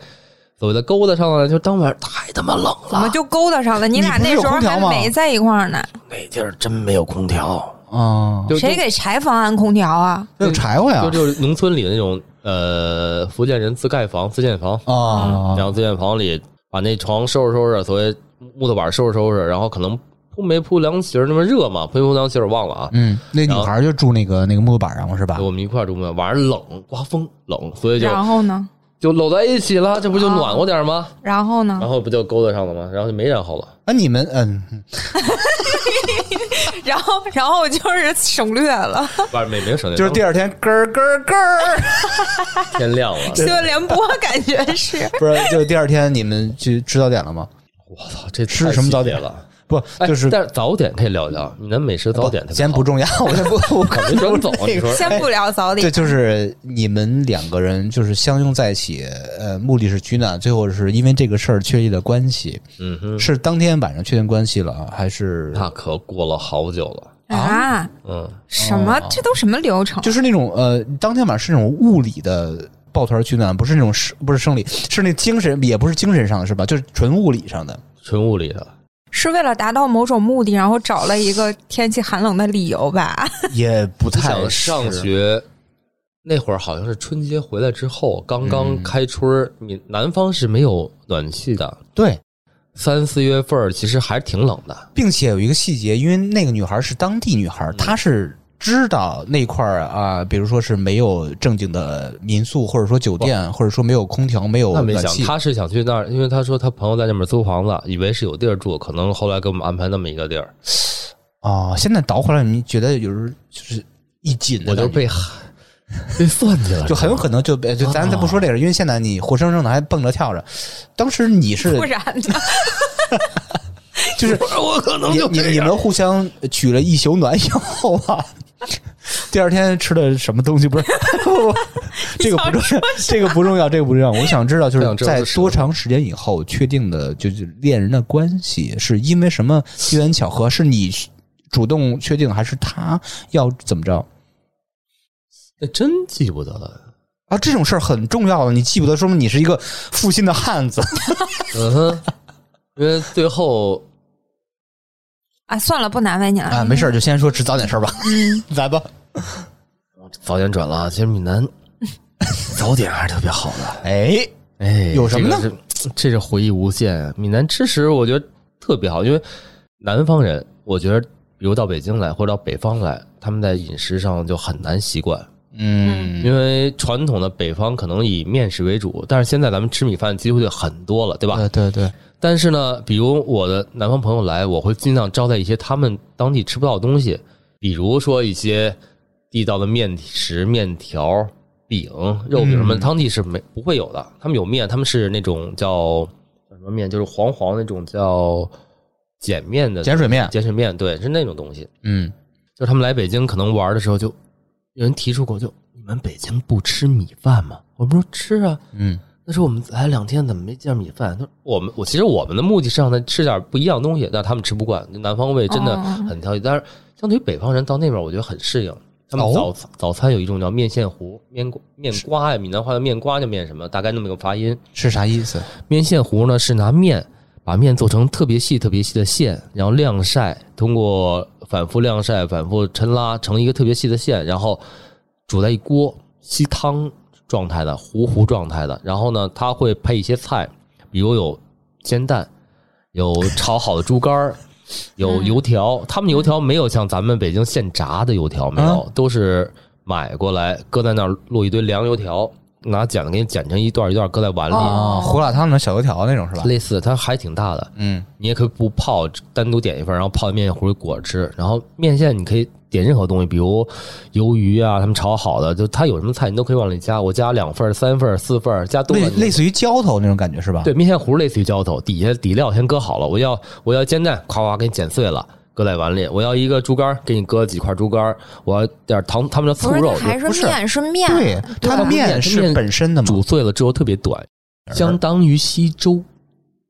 C: 所谓的勾搭上了？就当晚太他妈冷
B: 怎么
C: 了，
B: 就勾搭上了？你俩
A: 你不是
B: 那
A: 有
B: 时候
A: 空调
B: 还
A: 吗
B: 没在一块儿呢，
C: 那地儿真没有空调，
A: 哦，
C: 就
B: 谁给柴房安空调啊？
A: 那有柴火呀
C: 就？就是农村里的那种呃福建人自盖房、自建房，然
A: 哦，
C: 后自建房里把那床收拾收拾，所谓木头板收拾收拾，然后可能铺没铺凉席儿，那么热嘛，铺没铺凉席儿我忘了啊。
A: 嗯，那女孩就住那个那个木板上了是吧
C: 就？我们一块儿住嘛，晚上冷，刮风冷，所以就
B: 然后呢？
C: 就搂在一起了，这不就暖和点儿吗？
B: 然后呢
C: 然？后不就勾搭上了吗？然后就没然 <laughs> 后了。
A: 啊，你们嗯，
B: 然后然后我就是省略了，
C: 晚上没没有省电，
A: 就是第二天咯儿咯儿咯儿，
C: <laughs> 天亮 <laughs> 了。
B: 新闻联播感觉
C: <laughs>
B: 是。
A: 不是，就第二天你们去吃早点了吗？
C: 我操，这
A: 吃
C: 太
A: 什么早
C: 细节
A: 点
C: 了？
A: 不，
C: 哎
A: 就是
C: 但是早点可以聊一聊，你的美食早点特别
A: 先
C: 好
A: 不重要，我先不，
C: <laughs>
A: 我可
C: 没转走啊你说
B: 先不聊早点
A: 这，就是你们两个人就是相拥在一起，呃，目的是取暖，最后是因为这个事儿确立的关系，
C: 嗯哼，
A: 是当天晚上确定关系了啊，还是
C: 那可过了好久了。
B: 啊？
C: 嗯，
B: 什么？这都什么流程？
A: 就是那种呃，当天晚上是那种物理的抱团取暖，不是那种是不是生理，是那精神也不是精神上的是吧？就是纯物理上的。
C: 纯物理的，
B: 是为了达到某种目的，然后找了一个天气寒冷的理由吧？
A: 也不
C: 不
A: 太
C: 想上
A: 是，
C: 学。那会儿好像是春节回来之后，刚
A: 嗯
C: 刚开春儿，你南方是没有暖气的，
A: 对，
C: 三四月份儿其实还是挺冷的。
A: 并且有一个细节，因为那个女孩是当地女孩，她是知道那块儿啊，比如说是没有正经的民宿，或者说酒店，或者说没有空调、没有
C: 那没
A: 哦暖
C: 想，
A: 气。
C: 他是想去那儿，因为他说他朋友在那边租房子，以为是有地儿住，可能后来给我们安排那么一个地儿，
A: 哦，现在倒回来，你觉得有时候就是一紧的
C: 我
A: 感觉，
C: 就被 <laughs> 被算计了，
A: 就很有可能就呃就咱咱不说这个，因为现在你活生生的还蹦着跳着，当时你是
B: 不然呢？
A: 就是
C: 我可能
A: 你你你们互相取了一宿暖以后啊，第二天吃的什么东西不
C: <laughs>
A: 是？ <laughs> 不不这个不重要，这个不重要，这个不重要。我想知道，就
C: 我想
A: 是
C: 知道
A: 在
C: 是什么
A: 多长时间以后确定的，就是恋人的关系是因为什么机缘巧合？是你主动确定，还是他要怎么着？
C: 那真记不得了。
A: 啊，这种事儿很重要啊的，你记不得，说明你是一个负心的汉子。
C: <laughs> 嗯哼，因为最后
B: 啊，算了，不难为你了
A: 啊，没事儿，就先说吃
C: 嗯
A: 早点事儿吧。来吧，
C: 早点转了啊，其实闽南早点还是特别好的。
A: 哎，
C: 哎，
A: 有什么呢
C: 这个是？这是回忆无限。闽南吃食我觉得特别好，因为南方人，我觉得比如到北京来或者到北方来，他们在饮食上就很难习惯，
A: 嗯，
C: 因为传统的北方可能以面食为主，但是现在咱们吃米饭机会就很多了，对吧？
A: 对对对，
C: 但是呢，比如我的南方朋友来，我会尽量招待一些他们当地吃不到的东西，比如说一些地道的面食、面条、饼、肉饼什么
A: 嗯
C: 的，当地是没不会有的。他们有面，他们是那种叫叫什么面，就是黄黄那种叫碱面的
A: 碱水面，
C: 碱水面，对，是那种东西。
A: 嗯，
C: 就是他们来北京可能玩的时候就，有人提出过就，你们北京不吃米饭吗？我们说吃啊，
A: 嗯，
C: 那时候我们来两天，怎么没见米饭？他说我们我其实我们的目的是让他吃点不一样的东西，但他们吃不惯。南方胃真的
B: 哦
C: 很挑剔，但是相对于北方人到那边，我觉得很适应。他们
A: 哦
C: 早、早餐有一种叫面线糊、面瓜面瓜呀，闽南话的面瓜叫面什么，大概那么个发音。
A: 是啥意思？
C: 面线糊呢是拿面把面做成特别细、特别细的线，然后晾晒，通过反复晾晒、反复抻拉成一个特别细的线，然后煮在一锅吸汤状态的糊糊状态的。然后呢，它会配一些菜，比如有煎蛋，有炒好的猪肝儿。有油条，他们油条没有像咱们北京现炸的油条，没有，都是买过来搁在那儿落一堆凉油条，拿剪子给你剪成一段一段搁在碗里，
A: 啊，胡辣汤那小油条那种是吧？
C: 类似，它还挺大的。
A: 嗯，
C: 你也可以不泡，单独点一份，然后泡在面线糊里裹着吃。然后面线你可以点任何东西，比如鱿鱼啊，他们炒好的，就它有什么菜你都可以往里加。我加两份儿、三份儿、四份儿，加多
A: 类
C: 了你
A: 类似于浇头那种感觉是吧？
C: 对，面线糊类似于浇头，底下底料先搁好了。我要我要煎蛋，夸夸给你剪碎了，搁在碗里。我要一个猪肝儿，给你搁几块猪肝儿。我要点糖，他们叫
B: 不
C: 醋
B: 是，
C: 肉
B: 那，还是
A: 不是
B: 面是面，啊
A: 对，它的面是本身的嘛，
C: 煮碎了之后特别短，相当于稀粥，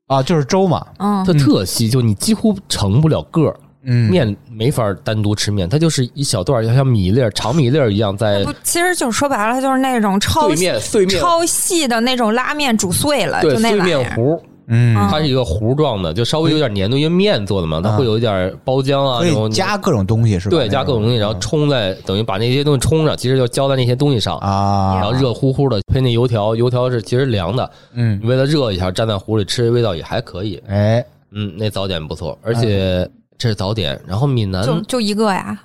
A: 啊，就是粥嘛，
B: 嗯
C: 它特稀，就你几乎成不了个儿。
A: 嗯，
C: 面没法单独吃面，它就是一小段儿，像米粒儿、长米粒儿一样在
B: 不，其实就说白了，就是那种超
C: 对面碎面
B: 超细的那种拉面煮碎了，
C: 对
B: 就那
C: 碎
B: 玩意
C: 面
B: 儿。
C: 糊，
A: 嗯，
B: 啊
C: 它是一个糊状的，就稍微有点粘度，因为面做的嘛，它会有一点包浆啊，
A: 嗯可
C: 然后
A: 以加各种嗯东西是吧？
C: 对加各种东西，然后冲在等于把那些东西冲上，其实就浇在那些东西上，
A: 啊，
C: 然后热乎乎的配那油条，油条是其实凉的，
A: 嗯
C: 你，为了热一下蘸在糊里吃，味道也还可以。
A: 哎，
C: 嗯，那早点不错，而且
A: 嗯
C: 这是早点，然后闽南
B: 就就一个呀，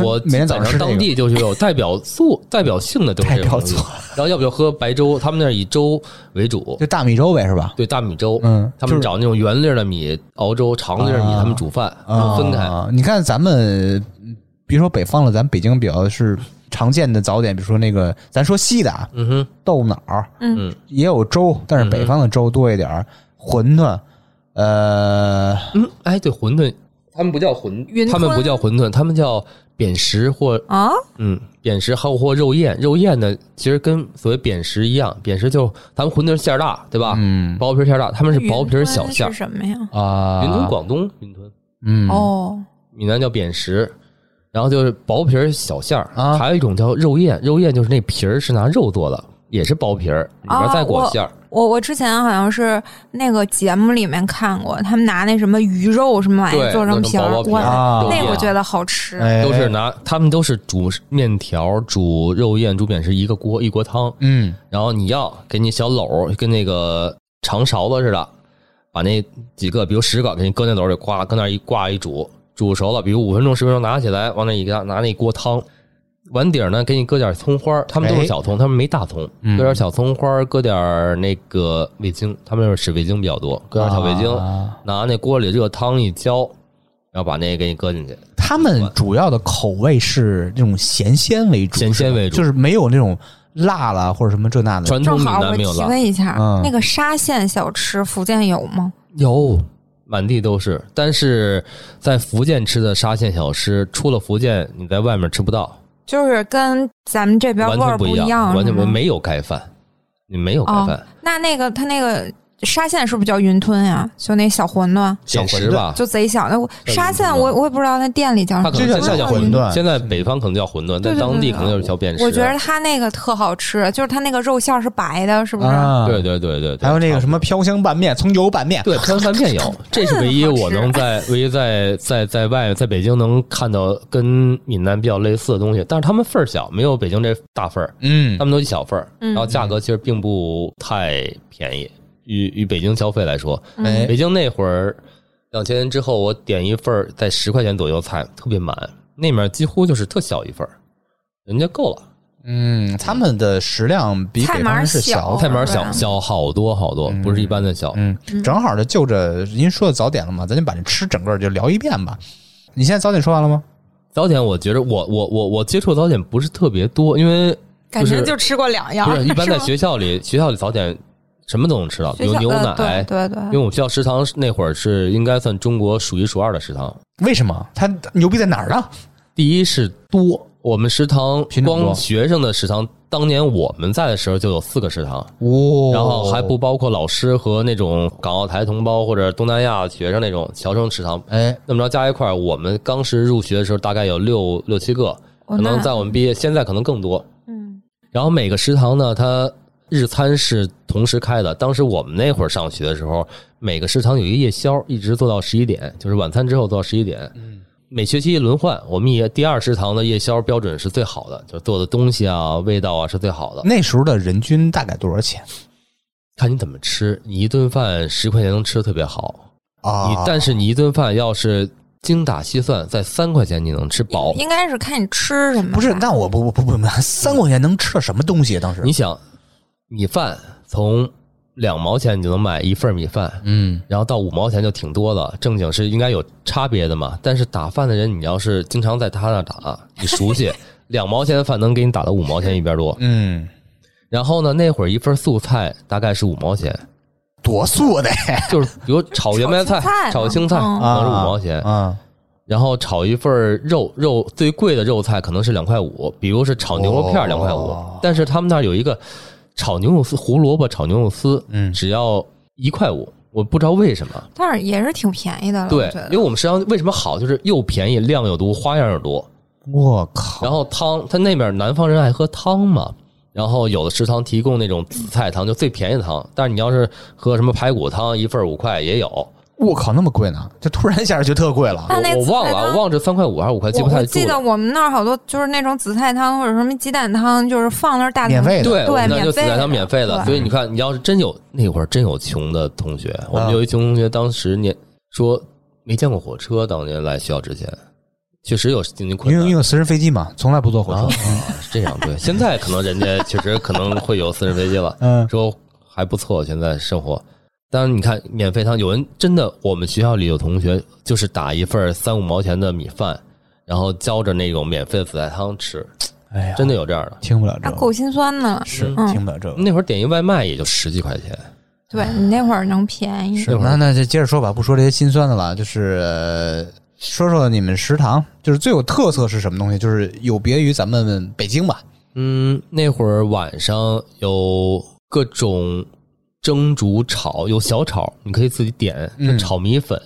C: 我
A: 每天早上吃
C: 基本
A: 这
C: 当
A: 个
C: 地就是有代表作、代表性的都是这种东西
A: 代表作，
C: 然后要不就喝白粥，他们那儿以粥为主
A: 就，大米粥呗是吧？
C: 对大米粥，
A: 嗯
C: 他
A: 就是
C: 们找那种圆粒儿的米熬粥，长粒儿米
A: 啊
C: 他们煮饭，
A: 啊，
C: 嗯分开。
A: 你看咱们，嗯别说北方了，咱北京比较是常见的早点，比如说那个，咱说西的啊，
C: 嗯哼，
A: 豆脑儿
B: 嗯
A: 也有粥，但是北方的粥多一点儿，馄饨，呃，
C: 嗯，哎，对，馄饨，他们不叫馄
B: 云
C: 他们不
B: 吞
C: 叫馄饨，他们叫扁食或
B: 啊，
C: 嗯扁食，还有或肉燕。肉燕呢，其实跟所谓扁食一样，扁食就咱们馄饨馅儿大，对吧？
A: 嗯
C: 薄皮儿馅儿大，他们是
B: 云
C: 薄皮儿小
B: 吞
C: 馅儿
B: 是。什么呀？
A: 啊，
C: 云吞广东云吞。
A: 嗯
B: 哦，
C: 闽南叫扁食，然后就是薄皮儿小馅儿，
A: 啊
C: 还有一种叫肉燕，肉燕就是那皮儿是拿肉做的，也是薄皮儿，里边再裹馅儿。
B: 哦我我之前好像是那个节目里面看过，他们拿那什么鱼肉什么玩意
C: 对
B: 儿哎做成皮
C: 弄
B: 儿，
C: 成薄薄皮
B: 哇
C: 儿
A: 啊
B: 那我
C: 肉
B: 觉得好吃。
A: 哎
C: 都是拿，他们都是煮面条、煮肉燕、煮扁食一个锅一锅汤，
A: 嗯
C: 然后你要给你小篓儿跟那个长勺子似的，把那几个，比如十个，给你搁那篓里，呱，搁那一挂一煮，煮熟了，比如五分钟、十分钟，拿起来往那一拿，拿那锅汤。碗底儿呢，给你搁点葱花儿，他们都
A: 哎
C: 是小葱，他们没大葱，
A: 嗯
C: 搁点小葱花儿，搁点儿那个味精，他们那儿使味精比较多，搁点小味精，
A: 啊
C: 拿那锅里热汤一浇，然后把那个给你搁进去，
A: 他们主要的口味是那种咸鲜为主，
C: 咸鲜
A: 是吧
C: 为主
A: 就是没有那种辣了或者什么这那的。
C: 传统
B: 正
C: 闽
B: 好
C: 南
B: 我
C: 没有
B: 提
C: 辣，
B: 问一下
A: 嗯，
B: 那个沙县小吃福建有吗？
C: 有，满地都是。但是在福建吃的沙县小吃，出了福建你在外面吃不到，
B: 就是跟咱们这边
C: 完
B: 味儿
C: 全不一
B: 一样，
C: 完全
B: 是吗
C: 没有盖饭，你没有盖饭。
B: 哦。那那个他那个沙县是不是叫云吞呀？就那小馄饨，
C: 简食吧，
B: 就贼小。那我
C: 叫
B: 沙
C: 云
B: 县
C: 吞
B: 我
C: 吗
B: 我也不知道那店里叫什么，
C: 它可能
A: 就
C: 现
A: 像
C: 在叫
A: 小馄饨
C: 现在北方可能叫馄饨，
B: 对
C: 但
B: 对
C: 当地
B: 对
C: 可能就是啊叫便食。
B: 我觉得它那个特好吃，就是它那个肉馅儿是白的，是不是？
A: 啊，
C: 对，对对对，对
A: 还有那个什么飘香拌面、葱油拌面，
C: 对，川饭
B: <laughs>
C: 面有，这是唯一我能在唯一在在在外在北京能看到跟闽南比较类似的东西，但是他们份儿小，没有北京这大份儿，
A: 嗯
C: 他，们都一小份儿，
B: 嗯
C: 然后价格其实并不太便宜，与与北京消费来说，
A: 哎
C: 北京那会儿两千年之后，我点一份儿在十块钱左右菜，特别满，那面几乎就是特小一份儿，人家够了，
A: 嗯，他们的食量比
B: 菜
A: 北
B: 码
A: 方人是
B: 小
A: 小
C: 菜码
B: 对
C: 小
B: 啊
C: 小好多好多，不是一般的小，
A: 嗯，正好就就着您说的早点了嘛，咱就把这吃整个就聊一遍吧。你现在早点说完了吗？
C: 早点我觉着我我我我接触早点不是特别多，因为
B: 感觉
C: 是
B: 就吃过两样
C: 不
B: 儿， <laughs>
C: 是一般
B: 是
C: 在
B: 吗
C: 学校里，学校里早点什么都能吃到，比
B: 学
C: 如
B: 校
C: 牛
B: 呃
C: 奶。
B: 对对
C: 因为
B: 对，
C: 我们学校食堂那会儿是应该算中国数一数二的食堂，
A: 为什么？他牛逼在哪儿呢？
C: 第一是多，我们食堂
A: 品种多
C: 光学生的食堂，当年我们在的时候就有四个食堂，
A: 哦
C: 然后还不包括老师和那种港澳台同胞或者东南亚学生那种侨生食堂。
A: 哎，
C: 那么着加一块儿，我们当时入学的时候大概有六六七个，
B: 哦
C: 可能
B: 那
C: 在我们毕业，现在可能更多。
B: 嗯
C: 然后每个食堂呢，它日餐是同时开的。当时我们那会儿上学的时候，每个食堂有一个夜宵，一直做到十一点，就是晚餐之后做到十一点。嗯，每学期轮换，我们也第二食堂的夜宵标准是最好的，就是做的东西啊、味道啊是最好的。
A: 那时候的人均大概多少钱
C: 看你怎么吃，你一顿饭十块钱能吃的特别好，
A: 啊？
C: 你但是你一顿饭要是精打细算，在三块钱你能吃饱。
B: 应该是看你吃什么吧。
A: 不是？那我不不不不不，三块钱能吃到什么东西啊？当时
C: 你想，米饭从两毛钱你就能买一份米饭，
A: 嗯，
C: 然后到五毛钱就挺多了，正经是应该有差别的嘛。但是打饭的人，你要是经常在他那打，你熟
A: <laughs>
C: 悉，两毛钱的饭能给你打到五毛钱一边多。
A: 嗯，
C: 然后呢，那会儿一份素菜大概是五毛钱，
A: 多素啊的
C: 就是比如炒圆白
A: <laughs>
C: 菜、
B: 炒
C: 炒
B: 青
C: 青
B: 菜
C: 菜
B: 嗯
C: 可能是五毛钱，
A: 哦啊，
C: 然后炒一份肉肉最贵的肉菜可能是两块五，比如是炒牛肉片
A: 哦
C: 两块五，但是他们那儿有一个炒牛肉丝胡萝卜炒牛肉丝，
A: 嗯
C: 只要一块五，我不知道为什么。
B: 但是也是挺便宜的了，我
C: 对
B: 觉，
C: 因为
B: 得。
C: 我们食堂为什么好，就是又便宜，量又多，花样又多。
A: 我靠，
C: 然后汤，他那边南方人爱喝汤嘛，然后有的食堂提供那种紫菜汤，就最便宜的汤。但是你要是喝什么排骨汤，一份儿五块也有。
A: 我靠，那么贵呢？这突然一下就特贵了
B: 但那
C: 我我
B: 紫菜
C: 忘了，
B: 汤
C: 我忘了是三块五还是五块，记
B: 我
C: 不太
B: 我
C: 住
B: 记得
C: 了。
B: 我们那儿好多就是那种紫菜汤或者什么鸡蛋汤，就是放那儿大
A: 免
B: 桶
A: 费的
C: 对，
B: 对
C: 我们那就
B: 免
C: 紫
B: 费
C: 菜
B: 的嗯
C: 汤免费的。
B: 对
C: 所以你看，你要是真有那会儿真有穷的同学，我们
B: 嗯
C: 有一穷同学，当时年说没见过火车，当年来学校之前，确实有经济困
A: 因为
C: 难
A: 因。为私人飞机嘛，从来不坐火
C: 啊
A: 车。，
C: 是这样对。现在可能人家确实可能会有私人飞机了，
A: 嗯
C: 说还不错，现在生活。当然，你看免费汤，有人真的，我们学校里有同学就是打一份三五毛钱的米饭，然后浇着那种免费的紫菜汤吃，
A: 哎呀，
C: 真的有这样的。
A: 听不了这
B: 那
A: 个，
B: 啊够心酸的了。
A: 是
B: 嗯
A: 听不了这个。
C: 那会儿点一外卖也就十几块钱，
B: 对你那会儿能便宜，
A: 是那那就接着说吧，不说这些心酸的了，就是呃说说你们食堂，就是最有特色是什么东西？就是有别于咱们北京吧？
C: 嗯，那会儿晚上有各种蒸、煮、炒，有小炒，你可以自己点，
A: 嗯
C: 炒米粉、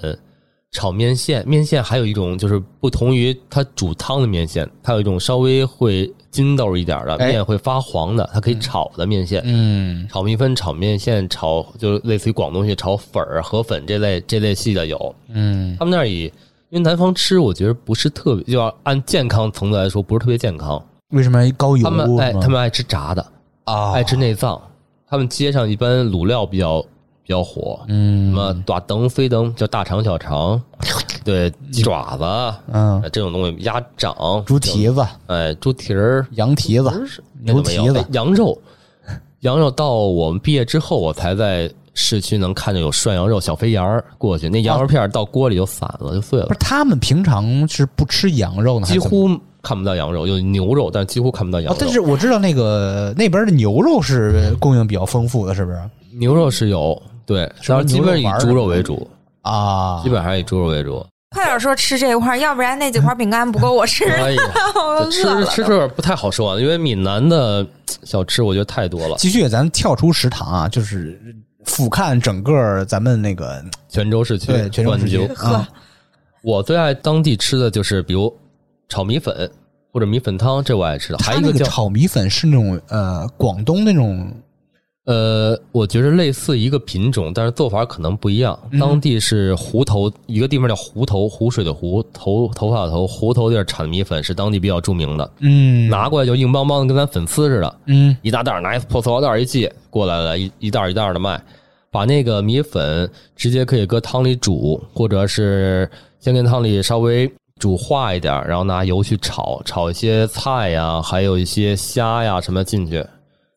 C: 炒面线。面线还有一种就是不同于它煮汤的面线，它有一种稍微会筋道一点的
A: 哎
C: 面会发黄的，它可以炒的面线。
A: 嗯
C: 炒米粉、炒面线、炒就是类似于广东去炒粉儿、河粉这类这类系的有，
A: 嗯
C: 他们那儿以因为南方吃，我觉得不是特别，就要按健康层次来说，不是特别健康。
A: 为什么高油？啊
C: 他们哎，
A: 是吗
C: 他们爱吃炸的，
A: 啊，
C: 爱吃内脏。他们街上一般卤料比较比较火，什
A: 嗯
C: 么短灯、飞灯叫大肠、小肠，对，鸡爪子，
A: 嗯
C: 呃，这种东西，鸭掌、
A: 猪蹄子、
C: 哎，猪蹄儿、
A: 羊蹄
C: 蹄儿
A: 子，
C: 是那都没有
A: 牛蹄子
C: 哎羊肉，羊肉到我们毕业之后，我才在市区能看见有涮羊肉、小肥羊儿过去，那羊肉片儿到锅里就散了，就碎了
A: 啊不是，他们平常是不吃羊肉呢，还
C: 几
A: 是怎么
C: 乎看不到羊肉，有牛肉，但几乎看不到羊
A: 哦
C: 肉。，
A: 但是我知道那个那边的牛肉是供应比较丰富的，是不是
C: 牛肉是有，对，
A: 是
C: 但
A: 不是
C: 是基本
A: 牛肉
C: 以
A: 丸儿
C: 猪肉为主，
A: 啊？
C: 基本还是以猪肉为主。
B: 快点说吃这一块儿，要不然那几块饼干不够我吃，
C: 哎呀，
B: <laughs> 我
C: 这吃
B: 饿了。
C: 吃这儿不太好说啊，因为闽南的小吃我觉得太多了。
A: 继续，咱跳出食堂啊，就是俯瞰整个咱们那个
C: 泉州市区
A: 对泉州市区
C: 段
B: 呵
A: 啊，
C: 我最爱当地吃的就是比如炒米粉或者米粉汤，这我爱吃的。
A: 它
C: 还有一
A: 那个
C: 叫
A: 炒米粉是那种呃广东那种
C: 呃，我觉得类似一个品种，但是做法可能不一样。
A: 嗯
C: 当地是湖头，一个地方叫湖头，湖水的湖，头头发的头，湖头地儿产的米粉是当地比较著名的，
A: 嗯
C: 拿过来就硬邦邦的，跟咱粉丝似的，
A: 嗯
C: 一大袋儿拿一破塑料袋儿一系过来了，一一袋儿一袋儿的卖。把那个米粉直接可以搁汤里煮，或者是先跟汤里稍微煮化一点儿，然后拿油去炒，炒一些菜呀，还有一些虾呀什么进去，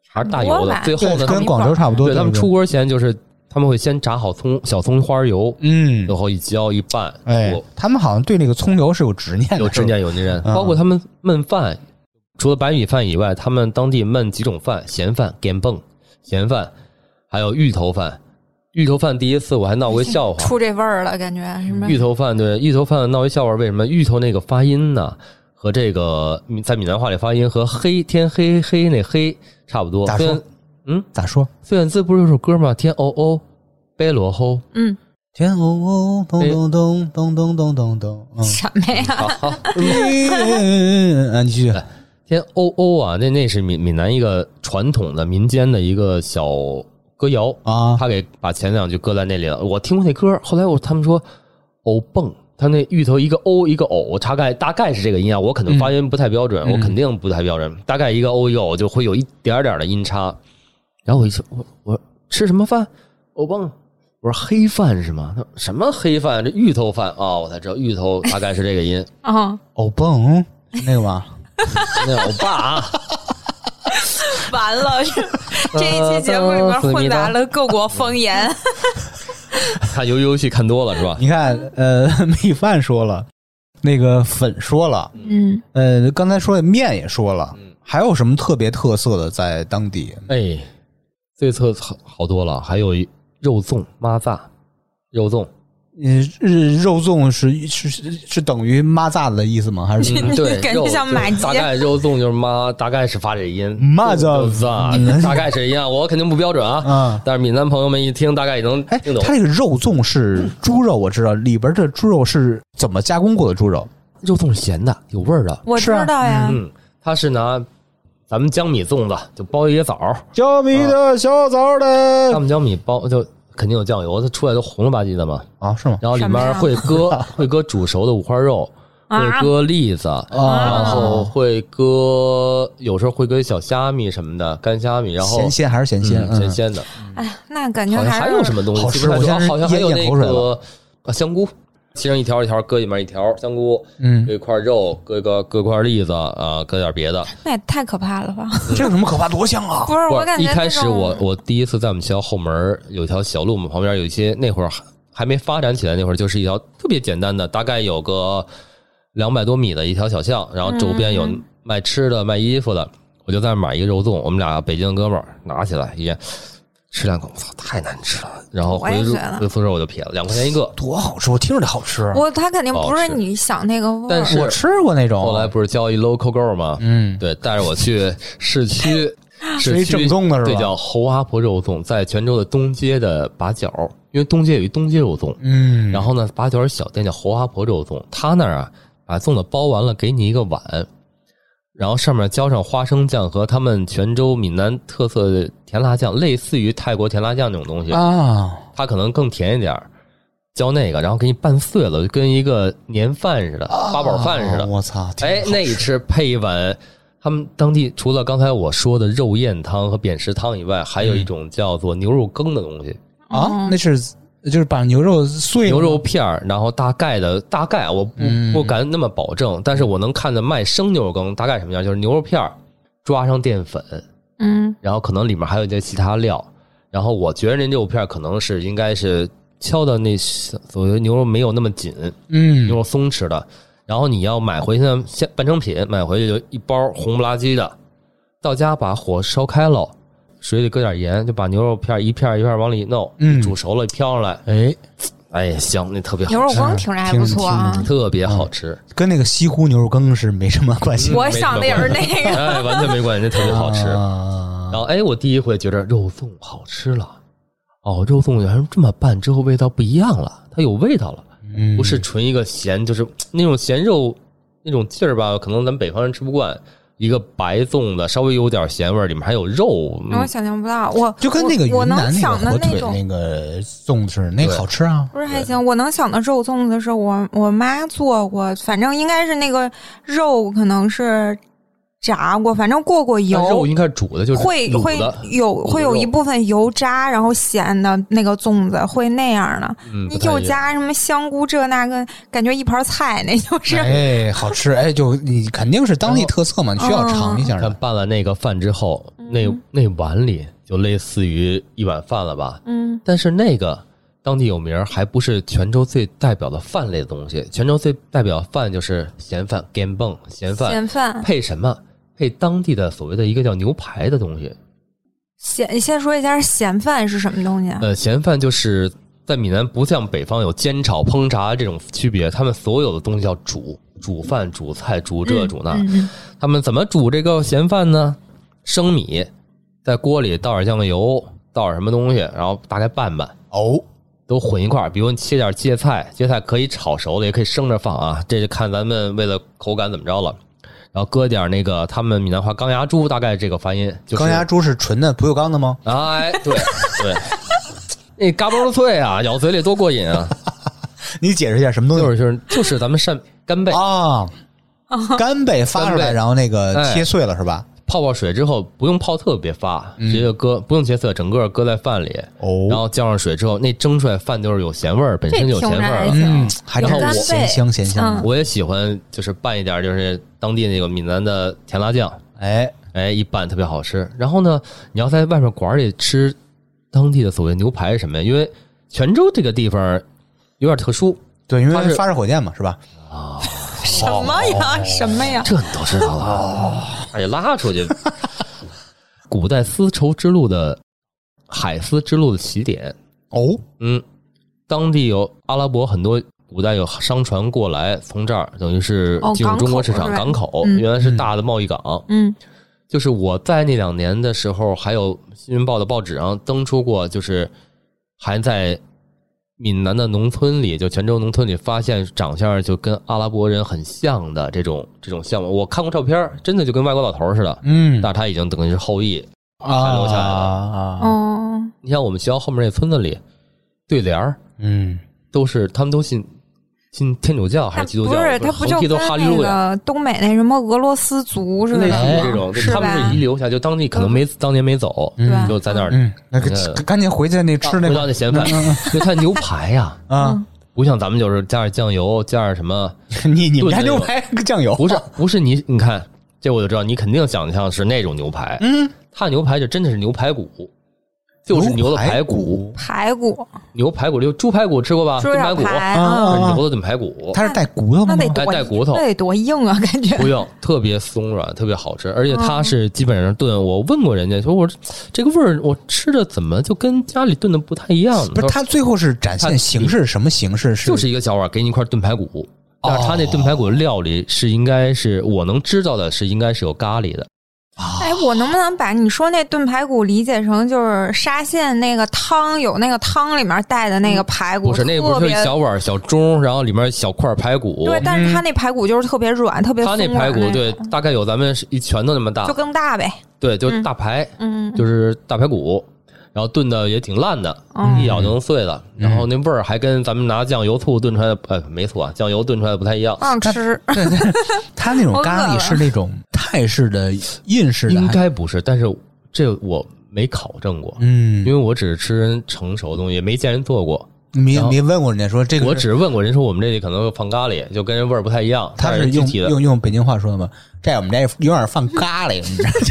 C: 还是大油
B: 锅
C: 的
B: 吧。
C: 最后
A: 对
C: 呢，
A: 跟广州差不多，
C: 对他们
A: 对
C: 出锅前就是他们会先炸好葱小葱花油，
A: 嗯
C: 然后一浇一拌，
A: 哎
C: 我，
A: 他们好像对那个葱油是有执念的，
C: 有执念有那人，
A: 嗯
C: 包括他们焖饭，除了白米饭以外，他们当地焖几种饭，咸饭、干蹦、咸饭，还有芋头饭。芋头饭第一次我还闹过一笑话，
B: 出这味儿了，感觉什么
C: 芋头饭对芋头饭闹一笑话，为什么芋头那个发音呢？和这个在闽南话里发音和黑天黑黑那黑差不多。
A: 咋
C: 虽然
A: 说
C: 嗯，
A: 咋说？
C: 孙燕姿不是有首歌吗？天哦哦，白
B: <laughs>
C: 罗吼。
B: 嗯
A: 天哦哦，
C: 哎
A: 咚咚咚咚咚咚咚咚，
C: <laughs>
A: 嗯
B: 什么呀？
C: 好，
A: 嗯，啊，你继续，
C: 天欧欧啊，那那是闽闽南一个传统的民间的一个小歌谣
A: 啊
C: 他给把前两句搁在那里了。我听过那歌，后来我他们说欧蹦，他那芋头一个欧一个偶，大概大概是这个音啊，我可能发音不太标准，我肯定不太标准，大概一个哦欧一个偶就会有一点点的音差。然后我一说，我我吃什么饭？欧蹦。我说黑饭是吗？他说什么黑饭？这芋头饭啊、哦我才知道芋头大概是这个音。 <laughs>
B: 啊，
A: 哦蹦，那个吧，
C: 那我爸啊，
B: 完了，这 <laughs> 这一期节目里
C: 呃
B: 面混杂了各国方言。
C: 看游游戏看多了是吧？
A: 你看，呃， <laughs> 米饭说了，那个粉说了，
B: 嗯，
A: 呃，刚才说的面也说了，
C: 嗯
A: 还有什么特别特色的在当地？
C: 哎，这次好好多了，还有一肉粽、妈蚱、肉粽。
A: 嗯，日肉粽是是是是等于蚂蚱的意思吗？还是
B: <laughs> 嗯
C: 对，
B: 感觉
C: 肉
B: 像
C: 粽
B: 马鸡
C: 大概肉粽就是妈，大概是发这音，
A: 妈蚱
C: 肉粽啊大概是一样，我肯定不标准啊。
A: 啊？
C: 但是闽南朋友们一听，大概也能
A: 哎，
C: 听懂。
A: 它这个肉粽是猪肉，我知道里边的猪肉是怎么加工过的猪肉？
C: 肉粽是咸的，有味儿的。
B: 我
A: 啊
B: 知道呀，
C: 嗯，它是拿咱们江米粽子就包一个枣儿，
A: 小米的小枣
C: 他
A: 的
C: 们江米包就肯定有酱油，它出来都红了吧唧的嘛。
A: 啊，是吗？
C: 然后里
B: 什么
C: 面
B: 呀
C: 会 <laughs> 搁会搁煮熟的五花肉，
B: 啊
C: 会搁栗子，然后会搁有时候会搁小虾米什么的，干虾米，然后
A: 咸鲜还是咸鲜？
C: 嗯咸
A: 嗯
C: 鲜的，
B: 哎呀，那感觉
C: 好像还
B: 是
C: 有什么东西
A: 好
C: 记
A: 吃
C: 不太
A: 我
C: 住
A: 现在
C: 好像还有
A: 咽
C: 那
A: 口水
C: 个啊香菇，切成一条一条，搁里面一条香菇，
A: 嗯
C: 搁一块肉，搁一个搁块栗子啊，搁点别的。
B: 那也太可怕了吧？
A: 这有什么可怕？多香啊！
B: 不是，
C: 不
B: 我
C: 是
B: 感觉
C: 一开
B: 这
C: 始
B: 种
C: 我我第一次在我们学校后门儿有一条小路，我们旁边有一些那会儿还还没发展起来，那会儿就是一条特别简单的，大概有个两百多米的一条小巷，然后周边有
B: 嗯
C: 卖吃的、卖衣服的，我就在那儿买一个肉粽，我们俩北京哥们儿拿起来一人吃两口，我操，太难吃了，然后
B: 我
C: 回
B: 也
C: 宿
B: 觉得
C: 回宿舍我就撇了，两块钱一个。
A: 多好吃，我听着就好吃。
B: 我他肯定
C: 不好
B: 不是
C: 吃
B: 你想那个味儿
C: 哦但。是
A: 我吃过那种，
C: 后来不是交一 local girl 吗？
A: 嗯，
C: 对，带着我去
A: <laughs>
C: 市区，市
A: 吃一
C: 区
A: 正宗的是吧
C: 对，叫侯阿婆肉粽，在泉州的东街的把角，因为东街有一东街肉粽，
A: 嗯，
C: 然后呢，把角小店叫侯阿婆肉粽，他那儿啊，把粽子包完了，给你一个碗，然后上面浇上花生酱和他们泉州闽南特色的甜辣酱，类似于泰国甜辣酱那种东西，
A: 啊，
C: 它可能更甜一点儿。浇那个，然后给你拌碎了，就跟一个年饭似的，八宝饭似的。
A: 哦我操！挺
C: 哎
A: 好，
C: 那一吃配一碗，他们当地除了刚才我说的肉燕汤和扁食汤以外，还有一种叫做牛肉羹的东西，
A: 啊，那是就是把牛肉碎了
C: 牛肉片儿，然后大概的大概我不
A: 嗯
C: 不敢那么保证，但是我能看着卖生牛肉羹大概什么样，就是牛肉片儿抓上淀粉，
B: 嗯，
C: 然后可能里面还有一些其他料，然后我觉得那肉片儿可能是应该是敲的那所谓牛肉没有那么紧，
A: 嗯
C: 牛肉松弛的。然后你要买回去呢，现半成品买回去就一包红不拉几的，到家把火烧开了，水里搁点盐，就把牛肉片一片一片往里弄，
A: 嗯
C: 煮熟了飘上来，
A: 哎，
C: 哎香，那特别
B: 牛
C: 好
B: 肉
C: 吃，
B: 羹听着还不错啊
A: 挺。
C: 特别好吃，
A: 跟那个西湖牛肉羹是没什么关系，
B: 我想的也是那个，
C: <laughs> 哎，嗯完全没关系，那特别好吃。
A: 啊
C: 然后哎，我第一回觉得肉粽好吃了，哦，肉粽原来这么拌之后味道不一样了，它有味道了，
A: 嗯
C: 不是纯一个咸，就是那种咸肉那种劲儿吧，可能咱们北方人吃不惯。一个白粽子稍微有点咸味儿，里面还有肉，嗯
B: 然后我想象不到，我
A: 就跟那个
B: 我我
A: 云
B: 能
A: 南那个
B: 想的
A: 火腿
B: 种
A: 那个粽子似的，那个
C: 对
A: 好吃啊。
B: 不是还行，我能想的肉粽子是我我妈做过，反正应该是那个肉可能是炸过，反正过过
C: 但肉
B: 油，
C: 应该煮的，就是
B: 会
C: 卤
B: 会
C: 的，
B: 有
C: 卤
B: 会有一
C: 肉
B: 部分油渣，然后咸的那个粽子会那样的。
C: 嗯，
B: 你
C: 不太
B: 有
C: 一样
B: 加什么香菇这那个，感觉一盘菜，那就是、
A: 哎，好吃哎，就你肯定是当地特色嘛，你需要尝一下
C: 但
A: 的。
C: 拌了那个饭之后，
B: 嗯
C: 那那碗里就类似于一碗饭了吧？
B: 嗯
C: 但是那个当地有名儿，还不是泉州最代表的饭类的东西。泉州最代表饭就是咸饭 g a m b o n 咸饭
B: 咸饭。
C: 配什么？配当地的所谓的一个叫牛排的东西。
B: 咸先说一下咸饭是什么东西啊？
C: 呃，咸饭就是在闽南不像北方有煎炒烹炸这种区别，他们所有的东西要煮，煮饭、煮菜、煮这、煮那。
B: 嗯嗯
C: 他们怎么煮这个咸饭呢？生米在锅里倒点酱油，倒点什么东西，然后大概拌拌，
A: 哦，
C: 都混一块儿。比如你切点芥菜，芥菜可以炒熟了，也可以生着放啊，这就看咱们为了口感怎么着了。然后搁点那个他们闽南话钢牙猪，大概这个发音就是
A: 钢牙猪是纯的不锈钢的吗？
C: 哎，对对， <laughs> 那嘎嘣脆啊，咬嘴里多过瘾
A: <laughs>
C: 啊！
A: 你解释一下什么东西
C: 就是就是就是咱们扇干贝
A: 啊？
B: 哦
A: 干贝发出
C: 干
A: 来，
C: 贝
A: 然后那个
C: 哎
A: 切碎了是吧？
C: 泡泡水之后，不用泡特别发，直接就搁，不用切碎，整个搁在饭里。
A: 嗯哦
C: 然后浇上水之后，那蒸出来饭就是有咸味儿，本身就有咸味
B: 这
C: 儿了
B: 挺。
A: 嗯，还真
C: 然后
A: 是
C: 我
A: 咸香咸香
B: 嗯
A: 的。
C: 我也喜欢，就是拌一点，就是当地那个闽南的甜辣酱，
A: 哎，
C: 哎，一拌特别好吃。然后呢，你要在外面馆儿里吃当地的所谓牛排是什么呀？因为泉州这个地方有点特殊，
A: 对，因
C: 它
A: 为
C: 是
A: 发射火箭嘛，是吧？
B: 什么呀？什么呀？
C: 这你都知道了， <laughs> 哎，拉出去。古代丝绸之路的海丝之路的起点，
A: 哦，
C: 嗯，当地有阿拉伯很多古代有商船过来，从这儿等于是
B: 哦
C: 进入中国市场、
B: 港
C: 港
B: 口
C: 口，
B: 是吧嗯
C: 原来是大的贸易港。
B: 嗯
C: 就是我在那两年的时候，还有《新闻报》的报纸上登出过，就是还在闽南的农村里，就泉州农村里发现长相就跟阿拉伯人很像的这种这种项目。我看过照片儿，真的就跟外国老头儿似的，
A: 嗯
C: 但是他已经等于是后裔。
A: 啊
C: 还留下来了
A: 啊，
B: 哦，
C: 你像我们学校后面那村子里，对联儿
A: 嗯，
C: 都是他们都信信天主教还
B: 那
C: 是基督
B: 不
C: 教，
B: 是，他不就
C: 横批
B: 跟
C: 都哈利
B: 那
C: 路亚。
B: 个东北那什么俄罗斯族似的
C: 类似于
B: 吗，
C: 这种，
B: 是
C: 就他
B: 吧？
C: 们是遗留下，就当地可能没当年没走，
A: 嗯
B: 对
C: 就在那儿
A: 嗯，那个
C: 呃
A: 赶紧回去那吃那个
C: 回
A: 嗯
C: 到那咸饭， <laughs> 就它牛排呀，
B: 嗯
A: 啊，
C: <laughs> 不像咱们就是加点酱油，加点什么，
A: 你你们
C: 炖
A: 家
C: 那
A: 牛
C: 种
A: 排酱油
C: 不是不是你你看这我就知道，你肯定想象是那种牛排，
A: 嗯，
C: 它的牛排就真的是牛排骨，就是牛的排骨，，
B: 排骨、
C: 牛排骨就哦猪排骨吃过吧？
B: 猪
C: 炖排
B: 小
C: 骨，
B: 排
A: 啊
B: 啊，
C: 是牛的炖排骨，
A: 它是带骨头
B: 那
A: 的吗
B: 得？多
C: 还带骨头
B: 那得多硬啊！感觉
C: 不用，特别松软，特别好吃，而且
B: 哦
C: 它是基本上炖。我问过人家，说我说这个味儿，我吃着怎么就跟家里炖的不太一样呢？
A: 不是，
C: 他说
A: 它最后是展现形式，什么形式？是
C: 就是一个小碗，给你一块炖排骨，但是它那
B: 哦
C: 炖排骨料理是应该是我能知道的是应该是有咖喱的，
B: 哎，我能不能把你说那炖排骨理解成就是沙县那个汤有那个汤里面带的那个排骨，
C: 不是那个
B: 特
C: 不是
B: 别
C: 小碗小盅，然后里面小块排骨，
B: 对，但是它那排骨就是特别软，特别
C: 它那
B: 松软
C: 排骨
B: 种
C: 对大概有咱们一拳头那么大
B: 就，更大呗，
C: 对，就是
B: 嗯
C: 大排，
B: 嗯，
C: 就是大排骨，然后炖的也挺烂的，
B: 嗯
C: 一咬就能碎了，
A: 嗯
C: 然后那味儿还跟咱们拿酱油醋炖出来的，呃，没错啊，酱油炖出来的不太一样
B: 不，想吃，
A: 对 <laughs> 对，它那种
B: 我
A: 咖
B: 饿
A: 喱
B: 了
A: 是那种泰式的、印式的，
C: 应
A: 还
C: 该不是，但是这我没考证过，
A: 嗯
C: 因为，我只是吃人成熟的东西，也没见人做过，
A: 没
C: 然后
A: 没问过人家说这个是，
C: <laughs> 我只问过人说我们这里可能有放咖喱，就跟人味儿不太一样，
A: 他
C: 但
A: 是
C: 具
A: 用
C: 体的，
A: 用用北京话说的吗？在我们这有点放咖喱，你知道吗
C: <laughs>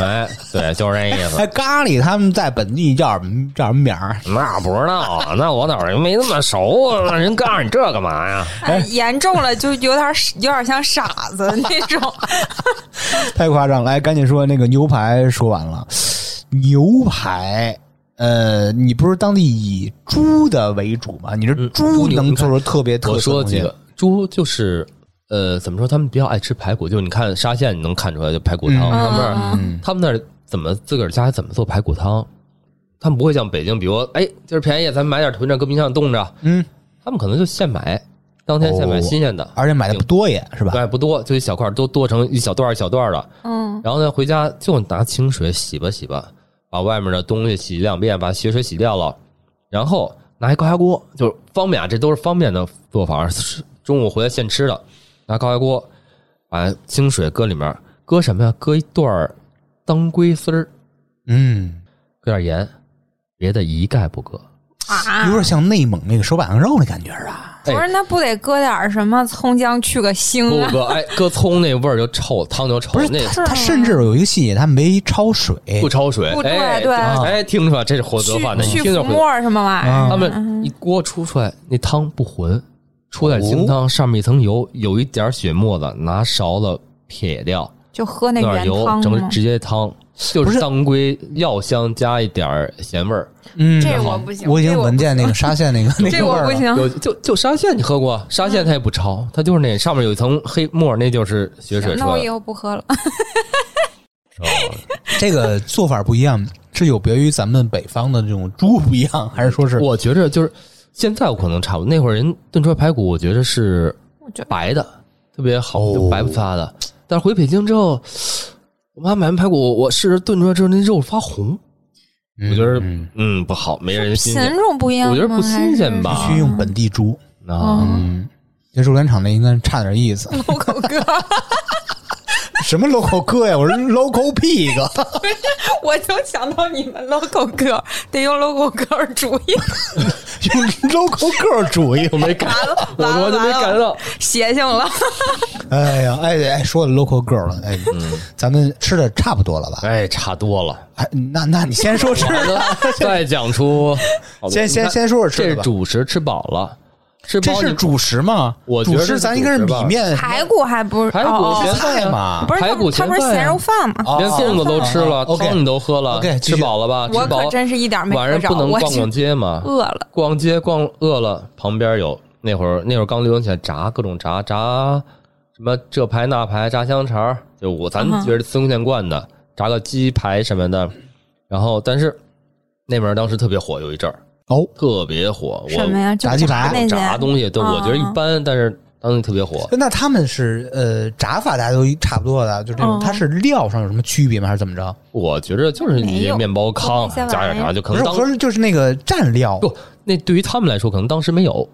C: 哎，对，就是那意思。 <laughs>
A: 哎，咖喱他们在本地叫什么叫什么名儿？
C: 那不知道，啊那我哪儿没那么熟啊？让人告诉你这干嘛呀？
B: 哎严重了就有点 <laughs> 有点像傻子 <laughs> 那种。
A: 太夸张了！来，哎赶紧说那个牛排，说完了，牛排。呃，你不是当地以猪的为主吗？你这
C: 嗯
A: 猪
C: 猪牛
A: 能
C: 你
A: 做
C: 看
A: 出特别特
C: 我
A: 色
C: 说
A: 的东西
C: 几个猪就是，呃，怎么说？他们比较爱吃排骨，就是你看沙县，你能看出来就排骨
A: 嗯
C: 汤，他们那
B: 嗯
C: 儿他们那儿怎么自个儿家怎么做排骨汤？他们不会像北京，比如哎今儿便宜，咱们买点囤着，搁冰箱里冻着，
A: 嗯，
C: 他们可能就现买，当天现买
A: 哦
C: 新鲜的，
A: 而且买的不多也是吧？
C: 对，不多，就一小块儿，都剁成一小段儿一小段儿的，
B: 嗯，
C: 然后呢，回家就拿清水洗吧洗吧，把外面的东西洗两遍，把血水洗掉了，然后拿一高压锅，就是方便啊，这都是方便的做法。是中午回来现吃的，拿高压锅把清水搁里面，搁什么呀？搁一段儿当归丝儿，
A: 嗯，
C: 搁点盐，别的一概不搁。
B: 啊
C: 哎
A: 有，点像内蒙那个手把羊肉那感觉啊。
B: 不是那不得搁点儿什么葱姜去个
C: 不
B: 腥啊？
C: 搁，哎，搁葱那味儿就臭，汤就臭
A: 不，是
C: 那
A: 它
B: 是吗啊
A: 它甚至有一个细节，它没焯水，
C: 不焯水。
B: 不对
C: 哎
B: 对啊
C: 哎，听出来这是火德饭的，一
B: 去去
C: 听就
B: 浮
C: 会。
B: 沫儿什么玩意儿？
C: 他
B: 嗯
C: 们一锅出出来，那汤不浑，出来清汤，上面一层油，有一点血沫子，拿勺子撇掉，
B: 就喝那
C: 弄点
B: 原
C: 油，
B: 汤
C: 整个
B: 吗？
C: 直接汤，就
A: 不是
C: 是当归药香加一点儿咸味儿。
A: 嗯，
B: 这我不行，
A: 我已
B: 这
A: 经
B: 我
A: 闻见那个沙县那
B: <laughs>
A: 个那
B: 这
A: 个味
B: 我
A: 儿
B: 不
A: 了。
B: 行。
C: 有就就沙县你喝过？沙县它也不焯，它就是那上面有一层黑沫，那就是血水
B: 嗯那
C: 出
B: 我
C: 来
B: 以
C: <laughs> 的。
B: 后不喝了。
C: 哦
A: 这个做法不一样，是有别于咱们北方的这种猪不一样，还是说是
C: 我觉着就是现在我可能差不多，那会儿人炖出来排骨，我觉着是
B: 我觉得
C: 白的，特别好，
A: 哦
C: 就白不发的。但是回北京之后，我妈买完排骨，我试着炖出来之后，那肉发红，
A: 嗯
C: 我觉得
A: 嗯
C: 嗯不好，没人
B: <laughs>
C: 新
B: 品
C: 鲜。
B: 种不一样吗，
C: 我觉得不新鲜吧
A: 必须用本地猪？
B: 哦
C: 啊，
A: 嗯，这肉联厂那应该差点意思。
C: <laughs>
B: 还是。我 <laughs> 口哥，
A: 什么 local 哥呀？我是 local pig。
B: 我就想到你们 logo 哥得用 logo 哥主意，
A: <laughs> 用 local girl 主义，我没看。
C: 我
B: 完
C: 我
B: 了
C: 都没
B: 完
C: 感
B: 了，
C: 到。
B: 邪性了。
A: 哎呀，哎哎，说到 local girl 了，哎，咱们吃的差不多了吧？
C: 嗯哎，差多了，
A: 哎，那那你先说吃的，
C: 再讲出，
A: 先
C: 你
A: 先
C: 看
A: 先说说吃
C: 这
A: 的
C: 是
A: 吧。
C: 主食，吃饱了，吃
A: 这
C: 饱
A: 是
C: 你
A: 主食吗？
C: 我觉
A: 主
C: 得
A: 食
C: 是
A: 咱
C: 主
A: 应该是
C: 食
A: 米
C: 吧
A: 面。
B: 排骨还不是
C: 排
B: 哦
C: 骨
B: 哦
C: 咸
A: 菜
C: 饭呀
A: 嘛
B: 不是
C: 排
B: 他
C: 骨
B: 们他
C: 咸
B: 不是
C: 饭
B: 咸
C: 呀啊
B: 肉，饭吗？
A: 哦
C: 连粽子都吃了，
A: 哦，OK
C: 汤你都喝了
A: OK，，继续
C: 吃饱了吧？
B: 我
C: 吃饱
B: 可
C: 了。
B: 真是一点没
C: 晚
B: 喝
C: 上
B: 着，
C: 不能
B: 我
C: 逛
B: 就
C: 逛街嘛？
B: <laughs> 饿了。
C: 逛街逛饿了，旁边有那会儿那会儿刚流行起来炸各种炸炸什么这牌那牌炸香肠儿，就我咱
B: 嗯哼
C: 觉得司空见惯的，炸个鸡排什么的。然后但是那边儿当时特别火，有一阵儿
A: 哦，
C: 特别火，
B: 什么
C: 我
B: 呀？就
A: 炸鸡排
B: 那些
C: 炸东西对
B: 嗯
C: 我觉得一般，但是当时特别
B: <laughs>
C: 火。
A: 那他们是呃炸法大家都差不多的，就这种，
B: 嗯
A: 它是料上有什么区别吗？还是怎么着？
C: 我觉着就是
B: 没有
C: 面包糠
B: 就那些玩意
C: 加
B: 儿
C: 点啥就可
A: 不是
C: 能
A: 我
C: 当
A: 说就是那个蘸料，
C: 不，那对于他们来说，可能当时没有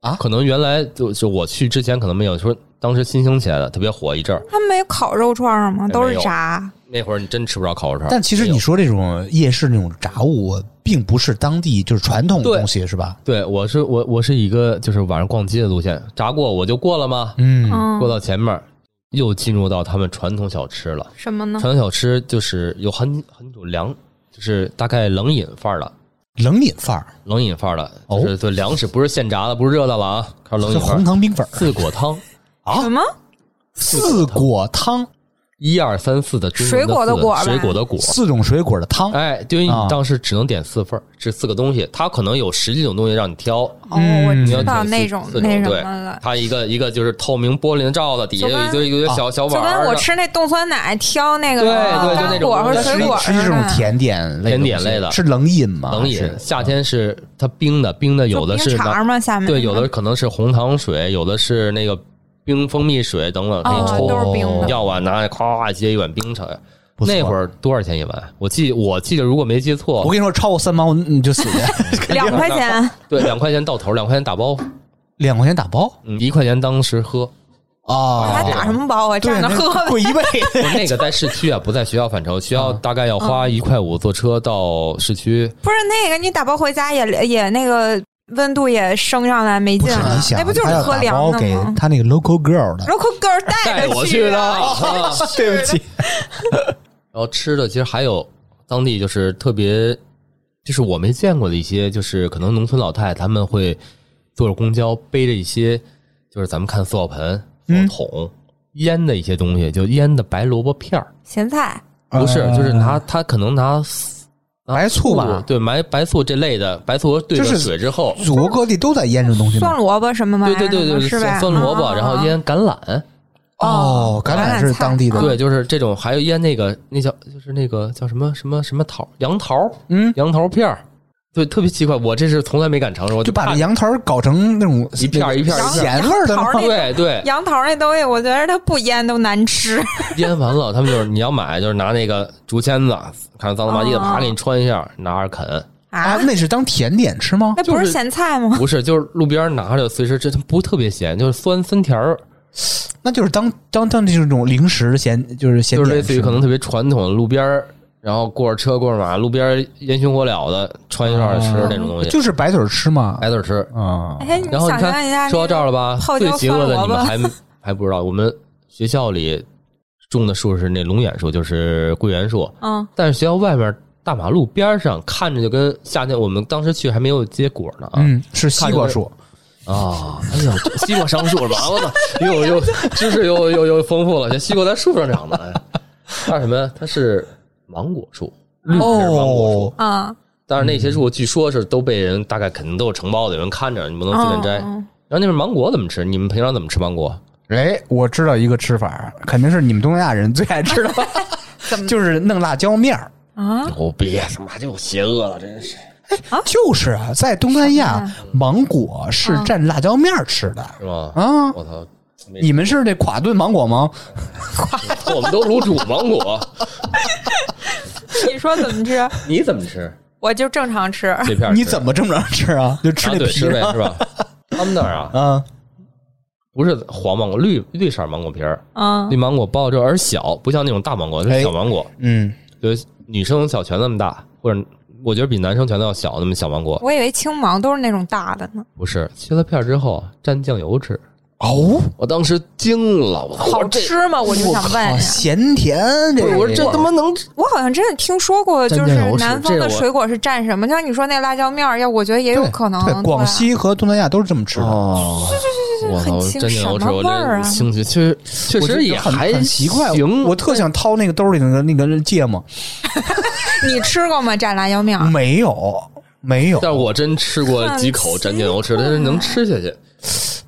A: 啊
C: 可能原来就就我去之前可能没有，说当时新兴起来的，特别火一阵儿。
B: 他们没有烤肉串儿吗？
C: 哎没
B: 都是
C: 有
B: 炸。
C: 那会儿你真吃不着烤肉串儿。
A: 但其实
C: 啊没有
A: 你说这种夜市那种炸物，并不是当地就是传统的
C: 对
A: 东西，是吧？
C: 对我是我我是一个就是晚上逛街的路线，炸过我就过了吗？
A: 嗯
B: 嗯
C: 过，到前面儿又进入到他们传统小吃了。
B: 什么
A: 嗯
B: 呢？
C: 传统小吃就是有很很有凉，就是大概冷饮范儿的，
A: 冷饮范儿，
C: 冷饮范儿的，
A: 哦
C: 就是对凉食，不是现炸的，不是热的了啊，开始冷
A: 就
C: 饮范
A: 红
C: 儿。
A: 糖冰粉儿、
C: 四果汤，啊
B: 什么？哦
A: 四果汤，
C: 一二三四的中文
B: 水果的
C: 四
B: 果吧
C: 水果的果，
A: 四种水果的
B: 哦
A: 汤。
C: 哎，对于你
A: 啊
C: 当时只能点四份儿，这四个东西，它可能有十几种东西让你挑，
B: 哦，我
A: 嗯
B: 知道
C: 你要
B: 那
C: 点
B: 种
C: 四四
B: 那什
C: 对
B: 么了。
C: 它一个一个就是透明玻璃的罩子，底下
B: 就
C: 有
B: 跟
C: 一堆有
A: 啊
C: 一个小小
B: 就
C: 碗
B: 跟
C: 儿的，
B: 我吃那冻酸奶挑那个
C: 对对就
B: 干
C: 那种
B: 果和
C: 但是
B: 水
A: 吃
B: 果
A: 吃这种
B: 呢
A: 甜点类的东西
C: 甜点类的
A: 是冷饮吗？
C: 冷饮
A: 啊是，
C: 夏天是它冰的，冰的
B: 就
C: 有的
B: 冰
C: 是
B: 碴儿
C: 拿
B: 嘛，下面
C: 对，有的可能是红糖水，有的是那个冰蜂蜜水等等，给你
B: 哦，
C: 抽。
B: 都是冰的。
C: 要啊，拿夸接一碗冰茶。
A: 不错
C: 那会儿多少钱一碗？我记我记得，如果没记
A: 我
C: 错，
A: 跟你说，超过三毛你就死
C: <laughs>
A: 去，
B: 两块钱，
C: 对，两块钱到头，两块钱打包，
A: 两块钱打包
C: 嗯，一块钱当时喝。
A: 啊
B: 还！打什么包啊？
A: 哦对，
B: 站着
A: 那
B: 喝呗。
A: 贵
B: <laughs>
A: 一倍。
C: 不是那个在市区啊，不在学校范畴，学校大概要花一块五坐车到市区。
B: 不是那个，你打包回家也也那个温度也升上来没
A: 不
B: 劲
A: 是你
B: 了，
A: 想，
B: 那不就
A: 他
B: 是
A: 要
B: 喝
A: 打包
B: 凉的
A: 给
B: 吗
A: 他那个 local girl 的，
B: ？Local girl
C: 带
B: 带
C: 我
B: 着
C: 去的，
B: 啊
C: 啊 <laughs>
A: 对不起，
C: 然后吃的其实还有当地就是特别，就是我没见过的一些，就是可能农村老太太他们会坐着公交背着一些，就是咱们看塑料盆、塑料桶、腌的一些东西，就腌的白萝卜片儿，
B: 咸菜，
C: 不是，就是
A: 呃
C: 拿他可能拿丝
A: 白醋吧，
C: 对，白白醋这类的，白醋兑
A: 就
C: 上
A: 是
C: 水之后，
A: 祖国各地都在腌这种东西
B: 蒜
A: 吗？
B: 萝卜什么玩意
C: 对
B: 儿
C: 对对对，
B: 啊是吧？
C: 蒜萝卜，
B: 啊
A: 嗯
C: 然后腌橄榄，
A: 哦，橄榄是当地的，
B: 嗯
C: 对，就是这种，还有腌那个那叫就是那个叫什么什么什么桃杨桃
A: 嗯，
C: 杨桃片儿，对，特别奇怪，我这是从来没敢尝试，我
A: 就把
C: 怕
A: 那杨桃搞成那种
C: 一片儿一片儿一片儿
A: 咸味儿的吗
B: 杨桃那
C: 对对
B: 杨桃那东西，我觉得它不腌都难吃。
C: 腌完了，他们就是你要买就是拿那个竹签子，看着脏了吧唧的，
B: 哦
C: 啪给你穿一下，拿着啃，
A: <laughs> 啊？那是当甜点吃吗？
B: 那不
C: 就是
B: 是咸菜吗？
C: 不是就是路边拿着随时吃，它不特别咸，就是酸酸甜儿，
A: 那就是当当当这种零食咸，就是咸
C: 就
A: 点
C: 是
A: 吃
C: 类似于可能特别传统的路边儿，然后过着车过着马路边儿烟熏火燎的穿一串吃
A: 哦
C: 那种东西，
A: 就是白腿吃嘛。
C: 挨着吃。
A: 啊，
B: 哎，你
C: 然后你
B: 想象一下，
C: 看，说到这儿了吧
B: 泡，椒
C: 最邪恶的
B: 放
C: 你
B: 萝卜
C: 们还
B: <laughs>
C: 还不知道，我们学校里种的树是那龙眼树，就是桂圆树，
B: 嗯，
C: 但是学校外面大马路边儿上看着就跟夏天我们当时去还没有结果呢啊
A: 嗯，是西瓜树，
C: 啊！哎呦，这西瓜上树了，完了吧？又又知识又又又丰富了，这西瓜在树上长的，哎它是什么呀？它是芒果树，绿皮儿芒果树。
B: 啊，
C: 但是那些树据说是都被人大概肯定都有承包的，有人看着，你不能随便摘。
B: 嗯
C: 然后那边芒果怎么吃？你们平常怎么吃芒果？
A: 哎，我知道一个吃法，肯定是你们东南亚人最爱吃 <laughs> 的，就是弄辣椒面儿。
B: 啊， <laughs>
C: 牛逼，他妈就邪恶了，真是
A: 就是啊，在东南亚，芒果是蘸辣椒面儿吃的
C: 是吗？
A: 啊。
C: 我操！没
A: 你们是这垮炖芒果吗？
C: 我们都卤煮芒果，
B: 你说怎么吃？
C: 你怎么吃？
B: 我就正常吃，
C: 切片儿吃
A: 你怎么这么着吃啊？就吃
C: 拿
A: 那
C: 嘴
A: 皮
C: 吃呗，
A: 上
C: 是吧？他们那儿啊，
A: 啊？
C: 不是黄芒果，绿绿色芒果皮儿，
B: 嗯
C: 绿芒果剥之后而小，不像那种大芒果，它
A: 哎
C: 是小芒果，
A: 嗯，
C: 就是女生小拳头那么大，或者我觉得比男生拳头要小那么小芒果，
B: 我以为青芒都是那种大的呢，
C: 不是切了片儿之后啊蘸酱油吃，
A: 哦，
C: 我当时惊了，我操
B: 好，吃啊吗？我就想问
A: 靠
B: 呀。
A: 咸甜这
C: 我
A: 个，
C: 说这他妈能吃？
B: 我好像真的听说过，
A: 蘸
B: 就
A: 酱
B: 是
A: 油吃
B: 南方
C: 这
B: 的
C: 我
B: 水果是蘸什么？就像你说那辣椒面儿，要我觉得也有
A: 对
B: 可能。啊
A: 对，广
B: 吧
A: 西和东南亚都是这么吃的。
C: 哦，我操，
B: 很清
C: 蘸酱油吃，
B: 什么
C: 我
B: 味儿
C: 这
B: 啊
C: 兴趣确实确
A: 我觉得
C: 实也
A: 很
C: 还
A: 很奇怪，
C: 行，
A: 我特想掏那个兜里的那个芥末，
B: <laughs> 你吃过吗？蘸辣椒面儿？
A: 没有，没有，
C: 但是我真吃过几口蘸酱油吃，但是能吃下去，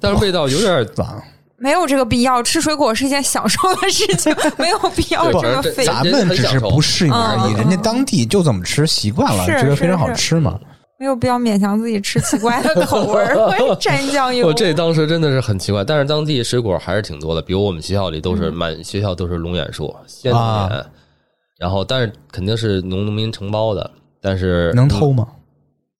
C: 但是味道有点
A: 咱
B: 没有这个必要，吃水果是一件享受的事
C: <laughs>
B: 情，没有必要
C: 对
B: 这么
C: 这
B: 费
C: 咱。
A: 咱们只是不适应而已，
B: 嗯嗯嗯
A: 人家当地就这么吃习惯了，
B: 是
A: 觉得非
B: 是
A: 常好
B: 是
A: 吃嘛。
B: 没有必要勉强自己吃奇怪的口味儿，会蘸酱油。
C: <laughs> 我这当时真的是很奇怪，但是当地水果还是挺多的，比如我们学校里都
B: 嗯
C: 是满学校都是龙眼树、鲜龙
A: 啊
C: 眼，然后但是肯定是农农民承包的，但是
A: 能偷吗？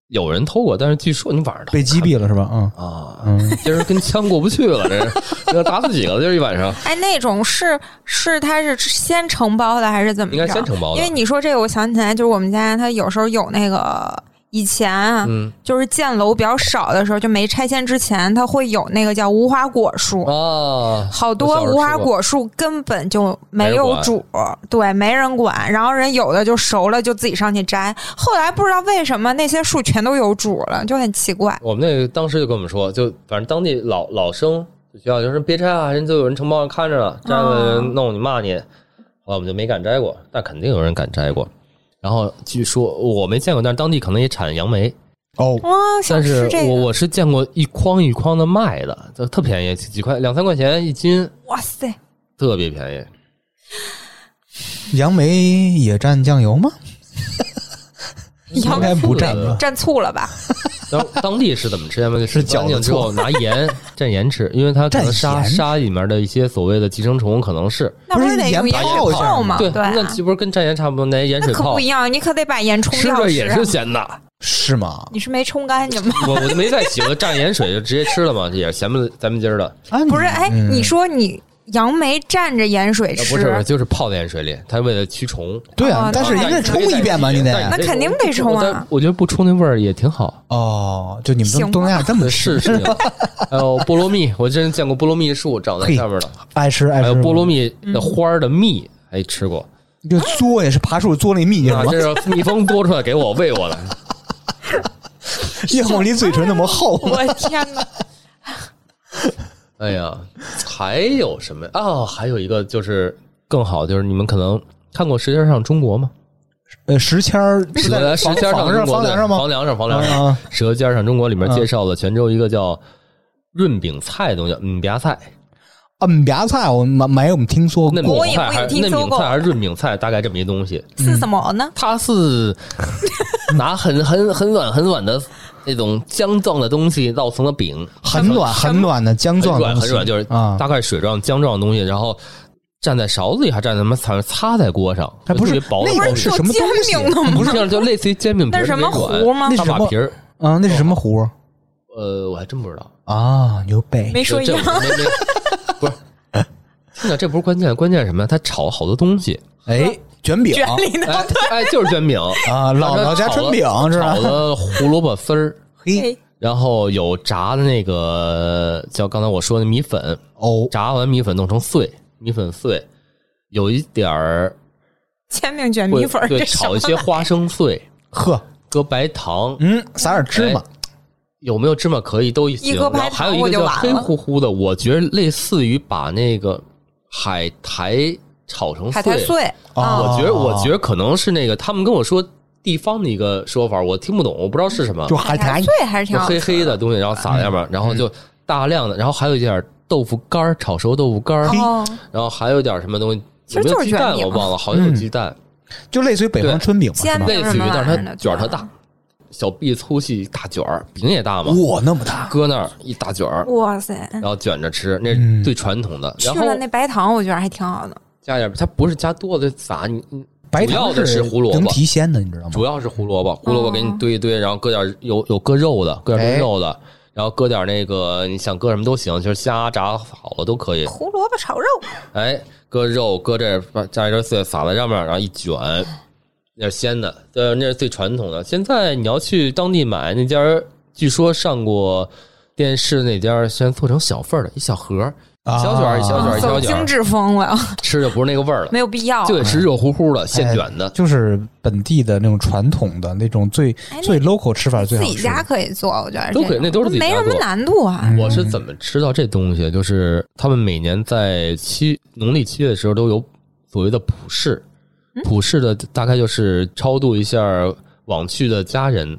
C: 有人偷过，但是据说你晚上偷
A: 被击毙了是吧？嗯
C: 啊，
A: 嗯，
C: 今儿跟枪过不去了，这是 <laughs> 要打死几个了，今儿一晚上
B: 哎，那种是是它是先承包的还是怎么着？
C: 应该先承包
B: 因为
C: 的，
B: 你说这个，我想起来，就是我们家它有时候有那个以前啊，
C: 嗯
B: 就是建楼比较少的时候，就没拆迁之前，它会有那个叫无花果树。
C: 啊，
B: 好
C: 我
B: 多
C: 小时候
B: 无花
C: 吃过
B: 果树根本就没
C: 没人
B: 有
C: 管
B: 主，对，没人管。然后人有的就熟了，就自己上去摘。后来不知道为什么那些树全都有主了，就很奇怪。
C: 我们那个当时就跟我们说，就反正当地老老生就学校就说别摘啊，人就有人承包人看着呢，摘了弄你骂你。后来我们就没敢摘过，但肯定有人敢摘过。然后据说我没见过，但是当地可能也产杨梅，
A: 哦，
B: 哇，想
C: 但是
B: 吃这
C: 我
B: 个，
C: 我是见过一筐一筐的卖的，就特便宜，几几块两三块钱一斤，
B: 哇塞！
C: 特别便宜。
A: 杨梅也蘸酱油吗？应
B: 杨
A: 该不蘸
C: 了
A: 吧。
B: 蘸醋了吧？
C: 当当地是怎么吃杨梅？
A: 是
C: 洗干
A: 饺
C: 净
A: 子
C: 之后拿盐蘸盐吃，因为它可能
A: 蘸
C: 杀
A: 盐
C: 杀里面的一些所谓的寄生虫，可能是
B: 那不
A: 不是
B: 是得
A: 盐
B: 用盐
A: 泡一下
B: 泡
A: 吗
B: 吗？
C: 对，
B: 啊
C: 那岂不是跟蘸盐差不多？拿盐
B: 那
C: 水
B: 可
C: 泡
B: 不一样，你可得把盐冲啊
C: 吃
B: 掉
C: 着
B: 吃。
C: 也是咸的，
A: 是吗？
B: 你是没冲干
C: <laughs>
B: 净吗？
C: 我我就没再洗，我蘸盐水就直接吃了嘛，这也是咱们咱们今儿的，
A: 啊，
B: 不是，哎，
A: 嗯
B: 你说你杨梅蘸着盐水
C: 呃
B: 吃，
C: 不是就是泡在盐水里，它为了驱虫。
A: 对啊
B: 哦，
A: 但是
B: 那
A: 人家冲一遍吧，你得
C: 但你这个
B: 哦那肯定得冲啊
C: 我在我觉得不冲那味儿也挺好。呃
A: 哦，就你们
B: 行
A: 东东
B: 吧
A: 南亚这么
C: 是
B: <laughs>
C: 是，还有菠萝蜜，我真见过菠萝蜜树长在
A: 嘿哎
C: 上面的，
A: 爱吃爱吃
C: 还有菠萝，蜜的花儿的蜜，还吃过。
A: 就嘬也是爬树嘬那蜜去
C: 啊，
A: 了，
C: 这是蜜蜂多出来给我喂我的，
A: 夜梦离嘴唇那么厚
C: <laughs>
A: 吗，
B: 我天哪！
C: 哎呀，还有什么呀啊？还有一个就是更好，就是你们可能看过《舌尖上中国》吗？
A: 呃，石签儿是在
C: 舌
A: 房
C: 尖上
A: 房
C: 中
A: 上
C: 国
A: 房梁上
C: 对
A: 吗
C: 房？梁上，房梁上。
A: 啊
C: 《舌尖上中国》里面介绍了泉州一个叫润饼菜的东西，嗯，芽菜，
A: 嗯，芽菜我没没有听说
C: 嫩
A: 过
B: 我
C: 饼
B: 也
C: 菜还
B: 我也
C: 是
B: 听
C: 嫩
B: 说
C: 饼
B: 过
C: 菜还是润饼菜，大概这么一东西。
B: 是什么哦呢？<laughs>
C: 它是拿很很很软很软的那种浆状的东西烙成了饼，
A: 很软
B: 什么
A: 很软的浆
C: 很
A: 状的
C: 软
A: 东西
C: 很软，就是
A: 啊，
C: 大概水状浆状的东西，然后蘸在勺子里，还蘸什么擦擦在锅上，
A: 它哎不
C: 特
A: 是
C: 别薄的
A: 那
C: 东
A: 个
C: 西
A: 是，什么东西
B: 煎饼的吗
A: 不
C: 不
A: 是
C: 是这样，就类似于煎饼皮
B: 那
C: 儿
B: 是什么
C: 那种
B: 糊吗
A: 那？是
C: 大
A: 什
C: 把
A: 么
C: 皮儿，
A: 啊，那是
C: 哦
A: 什么糊
C: 呃，我还真不知道。
A: 啊？牛背
B: 没说一
C: 这
B: 样
C: 我，
A: <laughs>
C: 没没不是，真的这不是关键，关键是什么呀？他炒了好多东西，
A: 哎，卷饼
B: 卷 <laughs> 里呢？
C: 哎哎，就是卷饼，
A: 啊，
C: 然
A: 老
C: 后它
A: 老家
C: 炒
A: 春
C: 了
A: 饼是吧
C: 炒？了胡萝卜丝儿，
B: 哎
A: 嘿，
C: 然后有炸的那个叫刚才我说的米粉，
A: 哦，
C: 炸完米粉弄成碎，米粉碎，有一点儿
B: 煎饼卷
C: 会
B: 米粉儿，
C: 对，
B: 这什
C: 炒
B: 么
C: 一些花生碎，
A: 呵，
C: 搁白糖，
A: 嗯，撒点芝麻
C: 哎，有没有芝麻可以都行。
B: 一搁白
C: 然后还有
B: 糖
C: 一
B: 我
C: 个
B: 就
C: 叫
B: 完
C: 黑
B: 了
C: 乎乎的，我觉得类似于把那个海苔炒成
B: 海苔碎啊
A: 哦
C: 我觉得，我觉得可能是那个他们跟我说地方的一个说法，我听不懂，我不知道是什么
A: 就，嗯海苔
B: 碎还是挺
C: 就
B: 好
C: 黑
B: 吃
C: 黑的东西，然后撒在上面，然后就大量的，然后还有一点儿豆腐干儿，炒熟豆腐干儿，
B: 哦，
C: 然后还有一点儿什么东西，
B: 其
C: 有
B: 实
C: 没
B: 就
C: 有
B: 是
C: 鸡
B: 卷
C: 蛋
B: 饼
C: 我
B: 嘛
C: 忘了，好像有
A: 嗯
C: 鸡蛋，
A: 就类似于北方
C: 对
A: 春饼嘛，
B: 煎
A: 啊是吧
B: 饼
C: 类似于，
B: 什
C: 但
B: 么
C: 是
B: 玩意儿
C: 它
B: 的
C: 卷儿它
B: 卷
C: 大
B: 儿，
C: 小臂粗细大卷儿，饼也大嘛，
A: 哇，那么大，
C: 搁那儿一大卷儿，
B: 哇塞！
C: 然后卷着吃，那
A: 嗯
C: 是最传统的。
B: 去
C: 然后
B: 了那白糖，我觉得还挺好的。
C: 加点儿，它不是加多的撒，你你
A: 白
C: 主要
A: 糖
C: 的是胡萝卜
A: 能提鲜的，你知道吗？
C: 主要是胡萝卜，胡萝卜给你堆一堆，然后搁点有有搁肉的，搁点
A: 哎
C: 炖肉的，然后搁点那个你想搁什么都行，就是虾炸好了都可以。
B: 胡萝卜炒肉，
C: 哎，搁肉搁这把加一点碎撒在上面，然后一卷，那是鲜的，对，那是最传统的。现在你要去当地买那家儿，据说上过电视那家儿，现在做成小份儿的，一小盒儿，
A: 啊
C: 小卷儿小卷儿小
B: 嗯走
C: 卷
B: 精
C: 儿，
B: 致风了， <laughs>
C: 吃的不是那个味儿了，
B: 没有必要。
C: 就得吃热乎乎的现卷的。
A: 就是本地的那种传统的那种最
B: 哎那
A: 最 local 吃法最
B: 自
A: 好
B: 己
A: 吃
B: 家可以做，我觉得
C: 都可
B: 这
C: 以
B: 种
C: 那都是自己家
B: 没什
C: 做
B: 么难度啊。
A: 嗯
C: 我是怎么知道这东西？就是他们每年在七农历七月的时候都有所谓的普世，普世的大概就是超度一下往去的家人。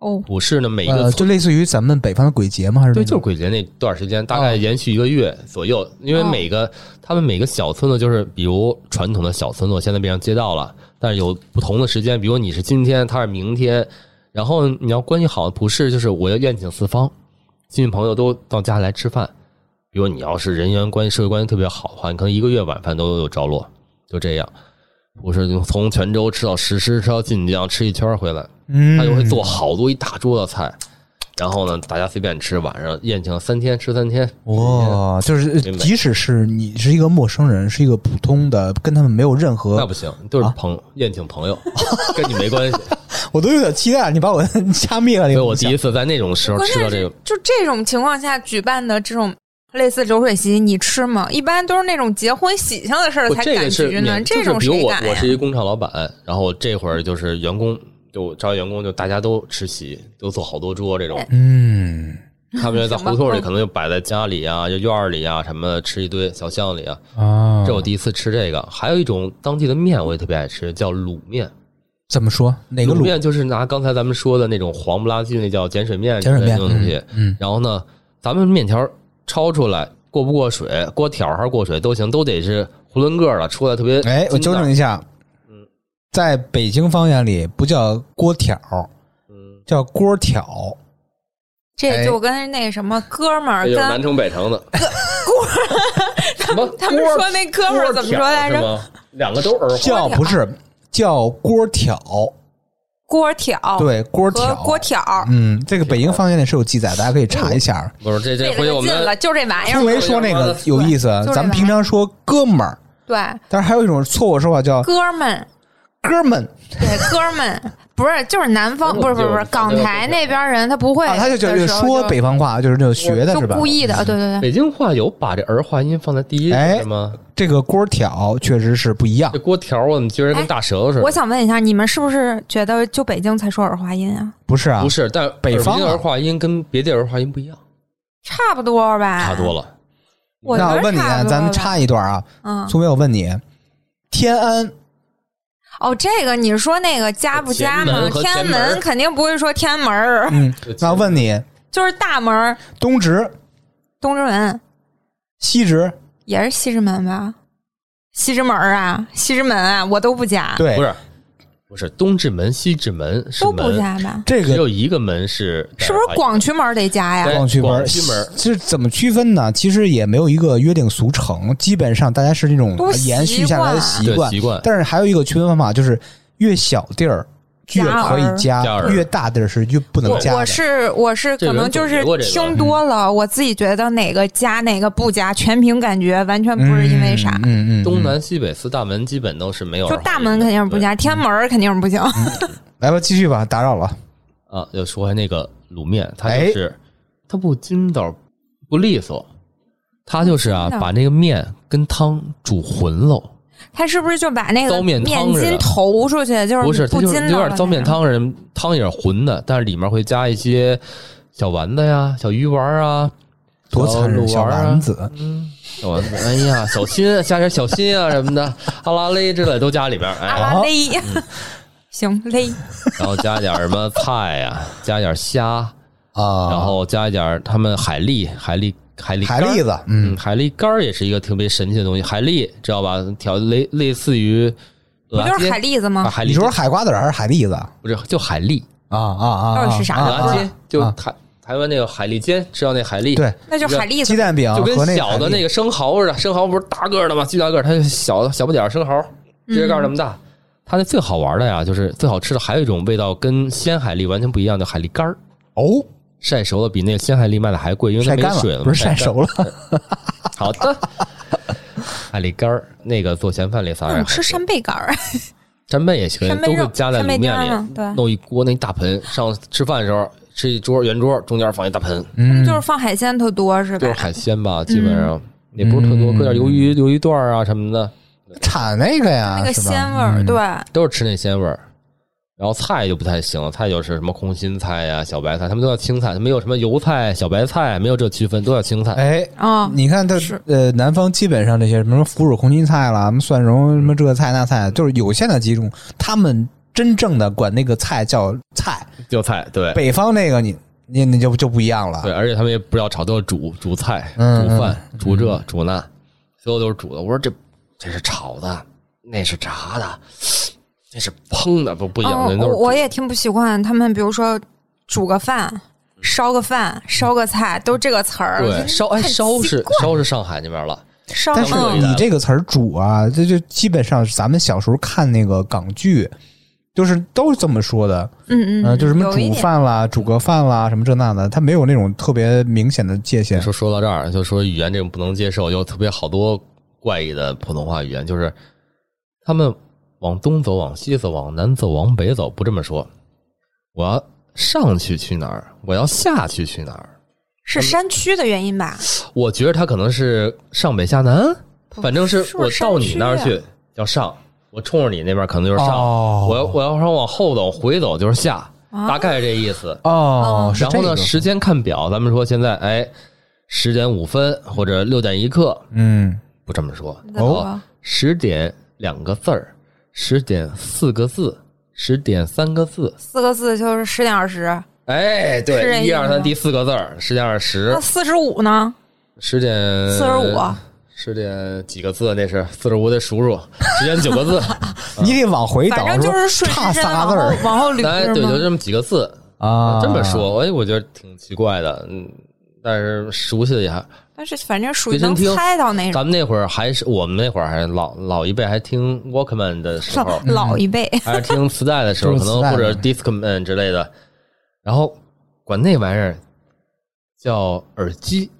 B: 哦，
C: 普世呢，每一
A: 呃，
C: 个
A: 就
C: 村、
A: 类似于咱们北方的鬼节嘛，还是
C: 对，
A: 那
C: 就是
A: 种哦
C: 鬼节那段时间，大概延续一个月左右。因为
B: 哦
C: 每个他们每个小村子，就是比如传统的小村落，现在变成街道了，但是有不同的时间，比如你是今天，他是明天。然后你要关系好，普世就是我要宴请四方，亲戚朋友都到家来吃饭。比如你要是人员关系、社会关系特别好的话，你可能一个月晚饭都有着落，就这样。我是从泉州吃到石狮，吃到晋江，吃一圈儿回来，
A: 嗯，
C: 他就会做好多一大桌子菜，然后呢，大家随便吃，晚上宴请三天吃三天。
A: 哇，就是呃
C: 明白
A: 即使是你是一个陌生人，是一个普通的，跟他们没有任
C: 那
A: 何，
C: 不行，就是
A: 啊
C: 朋宴请朋友， <laughs> 跟你没关系。
A: 我都有点期待你把我 <laughs> 掐灭了。<laughs>
C: 所
A: 那
C: 以
A: 个
C: 我
A: 梦
C: 第
A: 想
C: 一次在那种时候
B: 关
C: 吃到
B: 键
C: 这
B: 是
C: 个，
B: 就这种情况下举办的这种类似流水席，你吃吗？一般都是那种结婚喜庆的事儿
C: 我
B: 才
C: 这
B: 敢
C: 个是
B: 局呢，
C: 免
B: 这
C: 就是
B: 种
C: 比如
B: 谁
C: 我
B: 敢
C: 我
B: 呀
C: 是？一工厂老板，然后这会儿就是员工，就我招员工就大家都吃席，都做好多桌这种。
A: 嗯
C: 他们在
B: 哎什么
C: 胡同里可能就摆在家里啊、就院儿里啊什么的吃一堆，小巷里啊。
A: 啊，
C: 这是我第一次吃这个，还有一种当地的面我也特别爱吃，叫卤面。
A: 怎么说哪个
C: 卤
A: 卤
C: 面就是拿刚才咱们说的那种黄不拉几那叫碱水面之
A: 碱
C: 类
A: 水面
C: 的那种东西，
A: 嗯
C: 然后呢，咱们面条焯出来过不过水，锅挑还是过水都行，都得是囫囵个儿的，出来特别
A: 哎，我
C: 筋
A: 纠
C: 道
A: 正一下，在北京方言里不叫锅挑，
C: 嗯，
A: 叫锅挑。
C: 哎
B: 这就跟那什么哥们儿
C: 这就是南
B: 跟
C: 城北城的
B: <laughs>
C: 锅，什么
B: 他们
C: 锅
B: 说那哥们儿怎么说来
C: 是
B: 着？
C: 吗？两个都耳环，
A: 叫不是叫锅挑，
B: 锅挑
A: 对锅
B: 和
A: 挑
B: 哦锅。挑，
A: 嗯，这个北京方言里是有记载，大家可以查一下。
C: 不是这
B: 费
C: 这
B: 了
C: 回我
B: 劲了，
C: 们
B: 就这玩意
A: 初
B: 儿。
A: 维说那个
C: 对
A: 有意思
B: 就，这
A: 咱们平常说哥们儿，
B: 对，
A: 但是还有一种错误说法叫
B: 哥们
A: 哥们
B: 对
C: <laughs>
B: 哥们不是就是南方，
C: 我
B: 不是不是不
C: 就是是
B: 港台那边人，他不会
A: 啊，
B: 的时候，
A: 他就觉得说北方话就是那种学的
B: 就是
A: 吧
B: 故？意的，对对对，
C: 嗯北京话有把这儿化音放在第一
A: 哎
C: 是吗？
A: 这个锅挑确实是不一样
C: 这。锅条我们居然
B: 哎
C: 跟大舌头似
B: 我
C: 的，
B: 想问一下，你们是不是觉得就北京才说儿化音啊？
A: 不是啊，
C: 不是，但
A: 北
C: 北
A: 方
C: 京
A: 啊
C: 儿化音跟别地儿化音不一样，
B: 差不多吧，
C: 差多。了。
B: 我觉
A: 那
B: 得
A: 我问你，
B: 差
A: 啊，
B: 不多
A: 咱们
B: 吧
A: 插一段啊，
B: 嗯
A: 苏梅，我问你，天安
B: 哦，这个你说那个家不家嘛？
C: 前门和
B: 天安
C: 前门
B: 门肯定不会说天安门儿，
A: 嗯，那问你
B: 就是大门儿
A: 东直、
B: 东直门、
A: 西直、
B: 也是西直门吧？西直门啊，西直门啊，我都不加，
A: 对，
C: 不是哎不是东直门、西直门是
B: 都不
C: 门，
B: 加吧？
A: 这
C: 只
A: 个
C: 有一个门是啊
B: 是不是广渠门得加呀
C: 对？
A: 广渠门，
C: 广渠门
A: 是怎么区分呢？其实也没有一个约定俗成，基本上大家是那种
B: 都习惯
A: 延续下来的习
C: 对
A: 惯。
C: 习惯？
A: 但是还有一个区分方法，就是越小地儿越可以
C: 加
A: 加，
C: 儿
A: 越大地儿是越不能
B: 我
A: 加的
B: 我。是我是
C: 这
B: 可能
C: 人总
B: 就
C: 结
B: 是
C: 过这个嗯
B: 听多了，我自己觉得哪个加哪个不加，全凭感觉，完全不是因为啥。
A: 嗯嗯嗯，嗯
C: 东南西北四大门基本都是没有二
B: 就
C: 号人的，
B: 大门肯定是不加，
C: 嗯
B: 天安门儿肯定是不行。
A: 来吧，继续吧，打扰了。
C: 对啊。又说回那个卤面，它
A: 哎
C: 就是它不筋道不利索，它就是啊
B: 筋道
C: 把那个面跟汤煮浑喽，
B: 他是不是就把那
C: 糟
B: 个
C: 面
B: 面
C: 汤似的
B: 筋投出去，就是
C: 不是它
B: 不
C: 就是
B: 筋道
C: 有点
B: 了
C: 糟面
B: 那种？
C: 汤似的，汤也是浑的，但是里面会加一些小丸子呀、小鱼丸啊。
A: 多残忍，
C: 小
A: 小
C: 鹿丸啊
A: 丸子，
C: 小丸子，哎呀，小心啊，加点小心啊什么的，哈拉勒之类都加里边，哎，
B: 啊拉勒， <laughs> 行勒，
C: 然后加点什么菜
A: <laughs>
C: 呀、加点虾，
A: 啊，
C: 然后加一点儿他们海蛎、海蛎、海蛎
A: 海
C: 干儿
A: 蛎，子，嗯
C: 嗯，，海蛎干儿也是一个特别神奇的东西。海蛎知道吧？调类类似于
B: 不
C: 鹅
B: 就
C: 啊
B: 是
C: 煎
B: 海蛎子
C: 啊，
B: 吗？
C: 海
A: 你
C: 蛎
A: 说是海瓜子儿还是海蛎子啊
C: 不是就海蛎，
A: 啊啊啊？
B: 到底是啥
A: 啊
C: 鹅
A: 啊
C: 啊煎就
A: 啊
C: 台台湾那个海蛎煎，知道那海蛎
A: 对，啊
B: 那就是海蛎
A: 鸡
B: 子。
A: 蛋饼
C: 就
A: 和
C: 跟小的那
A: 个
C: 个生蚝似的，生蚝不是大个儿的吗？巨大个儿，它就小的小不点儿生蚝，
B: 嗯
C: 指甲盖儿那么大。它那最好玩的呀，就是最好吃的，还有一种味道跟鲜海蛎完全不一样，叫海蛎干儿，
A: 海蛎哦，
C: 晒熟了比那个鲜海蛎卖的还贵，因为它
A: 晒
C: 没
A: 干
C: 水
A: 了，
C: 了嘛，
A: 不是晒
C: 干
A: 熟了，
C: <laughs>
A: <laughs>
C: 好的，海蛎干儿，那个做咸饭里撒
B: 那我
C: 点
B: 们吃扇贝干儿，
C: 扇贝也行
B: 嗯扇，
C: 哎都
B: 贝
C: 会
B: 肉、
C: 加在
B: 扇
C: 卤
B: 贝
C: 面
B: 干
C: 里，
B: 嘛？对，
C: 弄一锅那一大盆。上吃饭的时候吃一桌圆桌，中间放一大盆，
A: 嗯，
B: 就是放海鲜特多是
C: 就
B: 吧
C: 是？海鲜吧，基本上也不是特多，
A: 嗯
C: 搁点鱿鱼、鱿鱼段儿啊什么的，
A: <laughs> 产那个呀，
B: 那个
A: 是吧
B: 鲜味儿，
A: 嗯
B: 对，
C: 都是吃那鲜味儿。然后菜就不太行了，菜就是什么空心菜呀、小白菜，他们都叫青菜，没有什么油菜、小白菜，没有这区分，都叫青菜。
A: 哎。
B: 啊，
A: 你看它
B: 是
A: 呃，南方基本上这些什么腐乳空心菜啦，什么蒜蓉什么这菜那菜，就是有限的几种。他们真正的管那个菜叫菜，
C: 就菜，对
A: 北方那个你你你就就不一样了
C: 哎对，。而且他们也不知道炒豆煮煮菜、
A: 啊嗯
C: 煮饭、煮这、煮那，所有都是煮的。我说这这是炒的，那是炸的，那是烹的，不不一样，
B: 哦
C: 那，都
B: 我
C: 是
B: 我
C: 煮
B: 也听不习惯他们，比如说煮个饭、烧个饭、烧个菜，都这个词儿。
C: 对烧哎
B: 很
C: 烧
B: 奇
C: 是烧是上海那边了，
B: 烧，
A: 但是
C: 嗯
A: 你这个词儿“煮”啊，这就基本上是咱们小时候看那个港剧，就是都是这么说的。
B: 嗯嗯
A: 嗯，
B: 嗯，
A: 就是什么
B: 有一
A: 煮
B: 点
A: 饭啦、煮个饭啦，什么这那的，它没有那种特别明显的界限。
C: 说说到这儿，就说语言这种不能接受，有特别好多怪异的普通话语言，就是他们往东走、往西走、往南走、往北走，不这么说。我要上去去哪儿？我要下去去哪儿？
B: 是山区的原因吧？
C: 我觉得他可能是上北下南，
B: 不
C: 反正是
B: 是不
C: 我
B: 是
C: 到你
B: 山区
C: 那儿
B: 啊
C: 去要上，我冲着你那边可能就是上。
A: 哦
C: 我要我要说往后走回走就是下，
B: 啊
C: 大概这意思。
B: 嗯
A: 哦，是
C: 然后
A: 这
C: 呢，
A: 个
C: 时间看表，咱们说现在哎，十点五分或者六点一刻，
A: 嗯，
C: 不这么说，哦
B: 那怎么了
C: 十点两个字儿，十点四个字，十点三个字。
B: 四个字就是十点二十，
C: 哎，
B: 是这
C: 对，一
B: 意思
C: 二三，
B: 吗
C: 第四个字儿，十点二十
B: 那，四十五呢？
C: 十点
B: 四十五，啊
C: 十点几个字那是四十五得数数，十点九个字，哎嗯
A: 你得往回倒
B: 反，正就
A: 说
B: 是顺
A: 差
B: 时针
A: 仨
B: 往
A: 字
B: 后
A: 儿
B: 往后
C: <laughs> 哎，
B: 捋
C: 对，
B: 是
C: 就
B: 吗？
C: 这么几个字，
A: 啊，
C: 这么说，哎，我觉得挺奇怪的，嗯，但是熟悉了一下。
B: 但是反正属于
C: 随身
B: 能
C: 听
B: 猜到那
C: 咱
B: 种。
C: 们那会儿还是我们那会儿还是老老一辈还听 Walkman
B: <laughs>
C: 的时候，
B: 老一辈，
C: 还是听磁带的时候，
A: 就是
C: 可
A: 磁
C: 能
A: 带
C: 或者
A: 的
C: Discman 之类的，然后管那玩意儿叫耳机。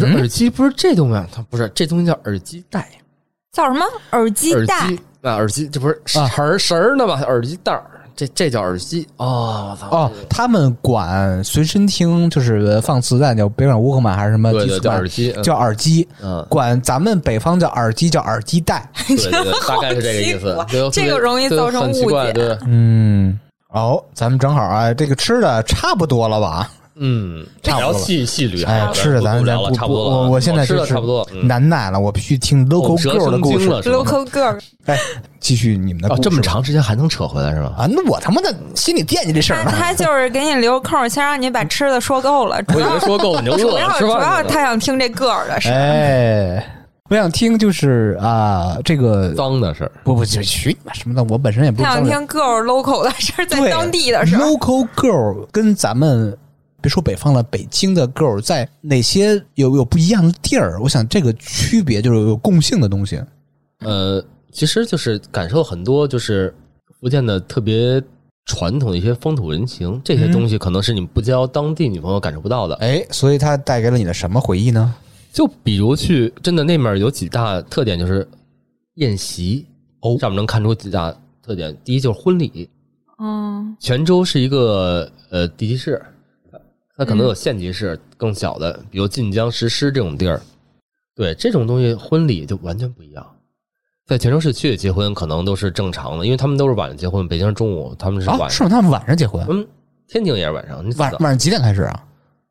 A: 嗯
C: 说耳机不是这东西啊，他不是这东西叫耳机带，
B: 叫什么耳机
C: 耳
B: 带？
C: 机那耳机这不是绳儿绳儿呢吗？耳机带儿，这这叫耳机哦，我操！
A: 哦，他们管随身听就是放磁带叫北管乌克曼还是什么
C: 对
A: 迪
C: 对，
A: 斯
C: 叫
A: 曼
C: 耳，机，嗯
A: 叫耳机，
C: 嗯，
A: 管咱们北方叫耳机叫耳机
C: <laughs>
A: 带。
C: 对对对，大概是这个意思
B: 好。
C: 对
B: 奇怪这个容易造成
C: 对很奇
B: 误
C: 怪
B: 解
C: 对，
A: 嗯，哦，咱们正好啊，这个吃的差不多了吧？
C: 嗯，
A: 差不多
C: 聊
A: 了
C: 细细捋还
A: 哎
C: 好，
A: 吃的咱
C: 啊不
A: 咱
C: 聊了，
A: 不
C: 差不多了啊。
A: 我我现在
C: 吃
A: 就
C: 的
A: 是
C: 差不多，嗯哦
A: 难耐了，我必须听
C: 口
A: local
C: 舌
A: girl 的
C: 生
A: 故
C: 津
A: 事。
C: 了，是吗
B: local girl
A: 哎，继续你们的故
C: 哦，
A: 事
C: 这么长时间还能扯回来
A: <laughs>
C: 是吗？
A: 啊？那我他妈的心里惦记这事儿
B: 他
A: 呢。
B: <laughs> 他就是给你留空，先让你把吃的说够了。主
C: 我以
B: 要
C: <laughs> 为说够，你就饿
B: 主
C: 了，
B: 要
C: 吃
B: 主要
C: 饭去
B: 他
C: 了。
B: 想听这个儿的事儿，
A: 哎，我想听就是啊，这个
C: 脏的事儿。
A: 不不就去你妈什么的，我本身也不
B: 他
A: 是
C: 哎
B: 想
A: 脏人
B: 听 girl local 的事儿，在
A: 对
B: 当地的事儿。
A: Local girl 跟咱们别说北方了，北京的 girl 在哪些有有不一样的地儿？我想这个区别就是有共性的东西。
C: 呃，其实就是感受很多，就是福建的特别传统的一些风土人情，这些东西可能是你不交当地女朋友感受不到的。
A: 哎，所以它带给了你的什么回忆呢？
C: 就比如去真的那面有几大特点，就是宴席哦，上面能看出几大特点。第一就是婚礼，
B: 嗯，
C: 泉州是一个呃地级市，它可能有县级市更小的，比如晋江、石狮这种地儿。对这种东西，婚礼就完全不一样。在泉州市区结婚可能都是正常的，因为他们都是晚上结婚，北京是中午，他们是晚
A: 啊，
C: 上。
A: 是吗？他们晚上结婚，
C: 嗯，天津也是晚上，你知
A: 晚
C: 道
A: 晚上几点开始啊？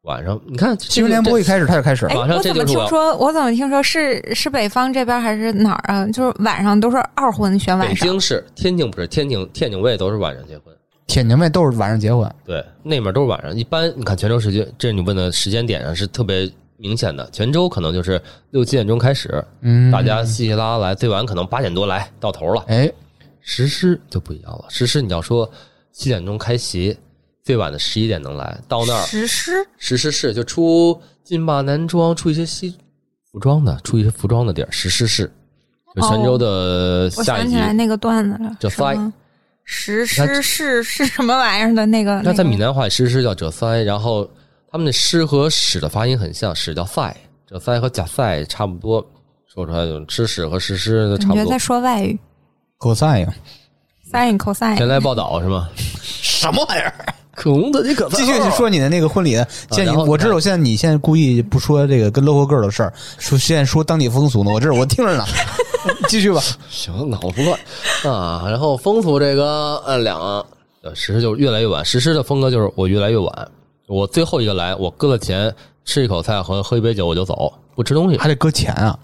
C: 晚上你看
A: 新闻联播一开始他就开始
B: 哎，
A: 了，
C: 马上
B: 我
C: 这
B: 怎么
C: 就是
B: 听
C: 我
B: 说？我怎么听说是是北方这边还是哪儿啊？就是晚上都是二婚选
C: 北
B: 晚上，
C: 京市、天津不是天津、天津我也都是晚上结婚。
A: 铁娘妹都是晚上结婚。
C: 对，那面都是晚上。一般你看泉州时间，这是你问的时间点上是特别明显的。泉州可能就是六七点钟开始，
A: 嗯，
C: 大家稀稀拉拉来，最晚可能八点多来到头了。
A: 哎，
C: 实施就不一样了，实施你要说七点钟开席，最晚的十一点能来到那儿。
B: 实施
C: 实施室就出金马男装，出一些西服装的，出一些服装的地儿。实施室就泉州的
B: 我
C: 下
B: 想
C: 一
B: 起
C: 集。
B: 来那个段子了，
C: 就
B: 什么
C: fight
B: 实
C: 你看
B: 施是是什么玩意儿的那个？
C: 啊那在
B: 个
C: 闽南话，诗诗叫“者塞”，然后他们的“诗”和“屎”的发音很像，“屎”叫“塞”，“者塞”和“假塞”差不多，说出来就是“吃屎”和“实施”都
B: 感
C: 差不
B: 觉在
C: 多。
B: 说外语
A: 狗赛呀，
B: ，sin cosine。
C: 前来报道是 <laughs> 吗？
A: 什么玩意儿？
C: 可恶的你可
A: 继续你说你的那个婚礼，现在
C: 啊然
A: 你
C: 后
A: 我知道，现在你现在故意不说这个跟 local girl 的事儿，说现在说当地风俗呢，我这我听着
C: <laughs>
A: 呢，继续吧。
C: 行，脑不乱啊。然后风俗这个，呃，两呃，实施就是越来越晚。实施的风格就是我越来越晚，我最后一个来，我搁了钱，吃一口菜和喝一杯酒我就走，不吃东西。
A: 还得搁钱啊！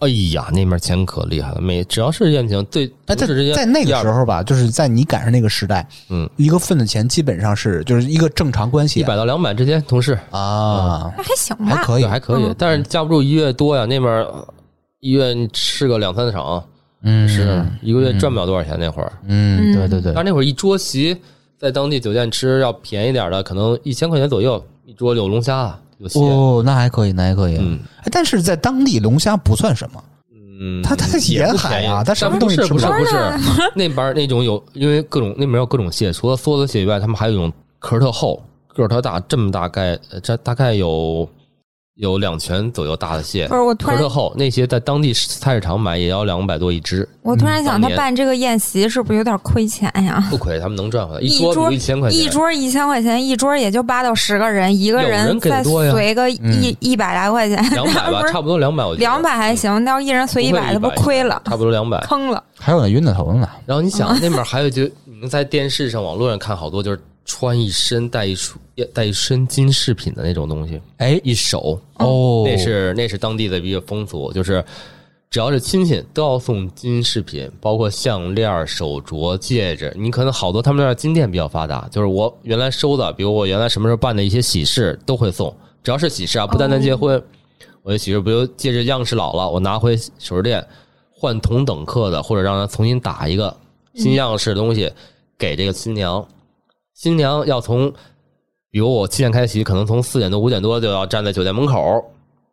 C: 哎呀，那面钱可厉害了，每只要是宴请，最
A: 哎，在
C: 同事之间
A: 在那
C: 一
A: 个
C: 二
A: 时候吧，就是在你赶上那个时代，
C: 嗯，
A: 一个份子钱基本上是就是一个正常关系
C: 一百到两百之间，同事
A: 啊，
B: 还行
A: 还
B: 吧，
A: 可以
C: 对，，还可以，
B: 嗯
C: 但是架不住一月多呀，那边儿呃一月你吃个两三场，
A: 嗯，
C: 是一个月赚不了多少钱那会儿。
A: 嗯，对对对，
C: 但是那会儿一桌席在当地酒店吃要便宜点儿的，可能一千块钱左右一桌有龙虾啊有蟹，
A: 哦，那还可以，那还可以。
C: 嗯
A: 哎但是在当地龙虾不算什么，
C: 嗯，
A: 它它
C: 也
A: 沿
C: 不
A: 海
C: 便宜
A: 啊它什么
C: 但
A: 东
C: 不
A: 西吃
C: 是不
A: 不
C: 是
A: 着
C: 不是啊 <laughs> 那边儿那种有，因为各种那边有各种蟹，除了梭子蟹以外，他们还有一种壳儿特厚、个儿特大，这么大概呃这大概有有两拳左右大的蟹
B: 不。是我突
C: 壳儿
B: 然
C: 特厚，那些在当地菜市场买也要两百多一只，
B: 我突然想，
C: 嗯当
B: 他
C: 年
B: 办这个宴席是不是有点亏钱呀？
C: 不亏，他们能赚回来。
B: 一
C: 桌比
B: 桌
C: 如一千块钱，
B: 一桌一千块钱，一桌也就八到十个人，一个
C: 有人给
B: 再
C: 得多呀
B: 随个一一百来块钱，
C: 两百吧，差不多两百，我觉得
B: 两百还行，那要一人随一百，那不亏了，
C: 差不多两
B: <laughs>
C: 百。哎
B: 坑了。
A: 还有那晕的头呢。
C: 然后你想，那边还有就你们在电视上、网络上看好多，就是穿一身带一束带一身金饰品的那种东西，
A: 哎，
C: 一手
A: 哦，
C: 那是那是当地的一个风俗，就是只要是亲戚都要送金饰品，包括项链、手镯、戒指。你可能好多他们那儿金店比较发达，就是我原来收的，比如我原来什么时候办的一些喜事都会送，只要是喜事啊，不单单结婚，我的喜事，比如戒指样式老了，我拿回首饰店换同等克的，或者让他重新打一个新样式的东西、给这个新娘。新娘要从，比如我七点开席，可能从四点多五点多就要站在酒店门口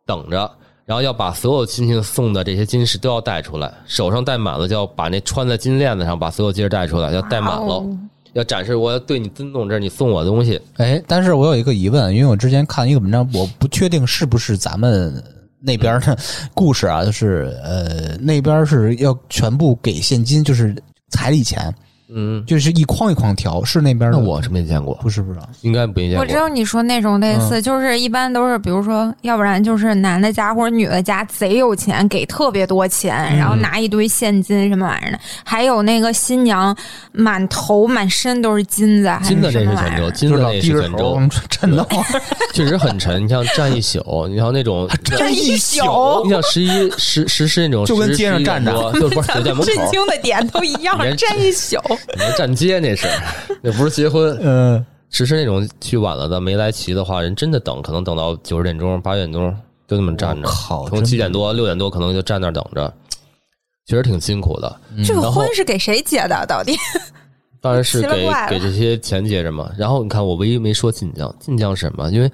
C: 等着，然后要把所有亲戚送的这些金饰都要带出来，手上戴满了，就要把那穿在金链子上，把所有戒指戴出来，要戴满
B: 哇
C: 了
B: 哦，
C: 要展示我要对你尊重，这是你送我的东西。
A: 哎，但是我有一个疑问，因为我之前看一个文章，我不确定是不是咱们那边的故事啊，就是呃，那边是要全部给现金，就是彩礼钱，
C: 嗯，
A: 就是一筐一筐条，是那边
C: 那
A: 的。
C: 我是没见过，
A: 不是不啊知道，
C: 应该没见
B: 我知
C: 过。
B: 道你说那种类似，就是一般都是，比如说，要不然就是男的家或者女的家贼有钱，给特别多钱，然后拿一堆现金什么玩意儿的，还有那个新娘满头满身都是金子，还
C: 金的那
B: 什
C: 是
B: 么玩
C: 泉
B: 意
C: 州，
B: 儿。
C: 金的那是泉州，
A: <laughs> 震到
C: <laughs> 确实很沉。你像站一宿，你像那种
B: 站一宿
C: 你像十一十十是那种
A: 就跟街上站着，
C: 10就不是酒
B: <laughs>
C: 店门口，
B: 震，惊的点都一样
C: 人
B: 站
C: <laughs>
B: 一宿。
C: 你那站街
A: <laughs>
C: 那是，那不是结婚。
A: 嗯，
C: 实施那种去晚了的没来齐的话，人真的等，可能等到九十点钟、八点钟，就那么站着，
A: 靠
C: 从七点多六点多可能就站那儿等着，确实挺辛苦的。
B: 这个
C: 嗯然后
B: 婚是给谁结的？到底
C: 当然是
B: 奇了
C: 给
B: 怪了
C: 给这些钱接着嘛。然后你看，我唯一没说晋江，晋江是什么？因为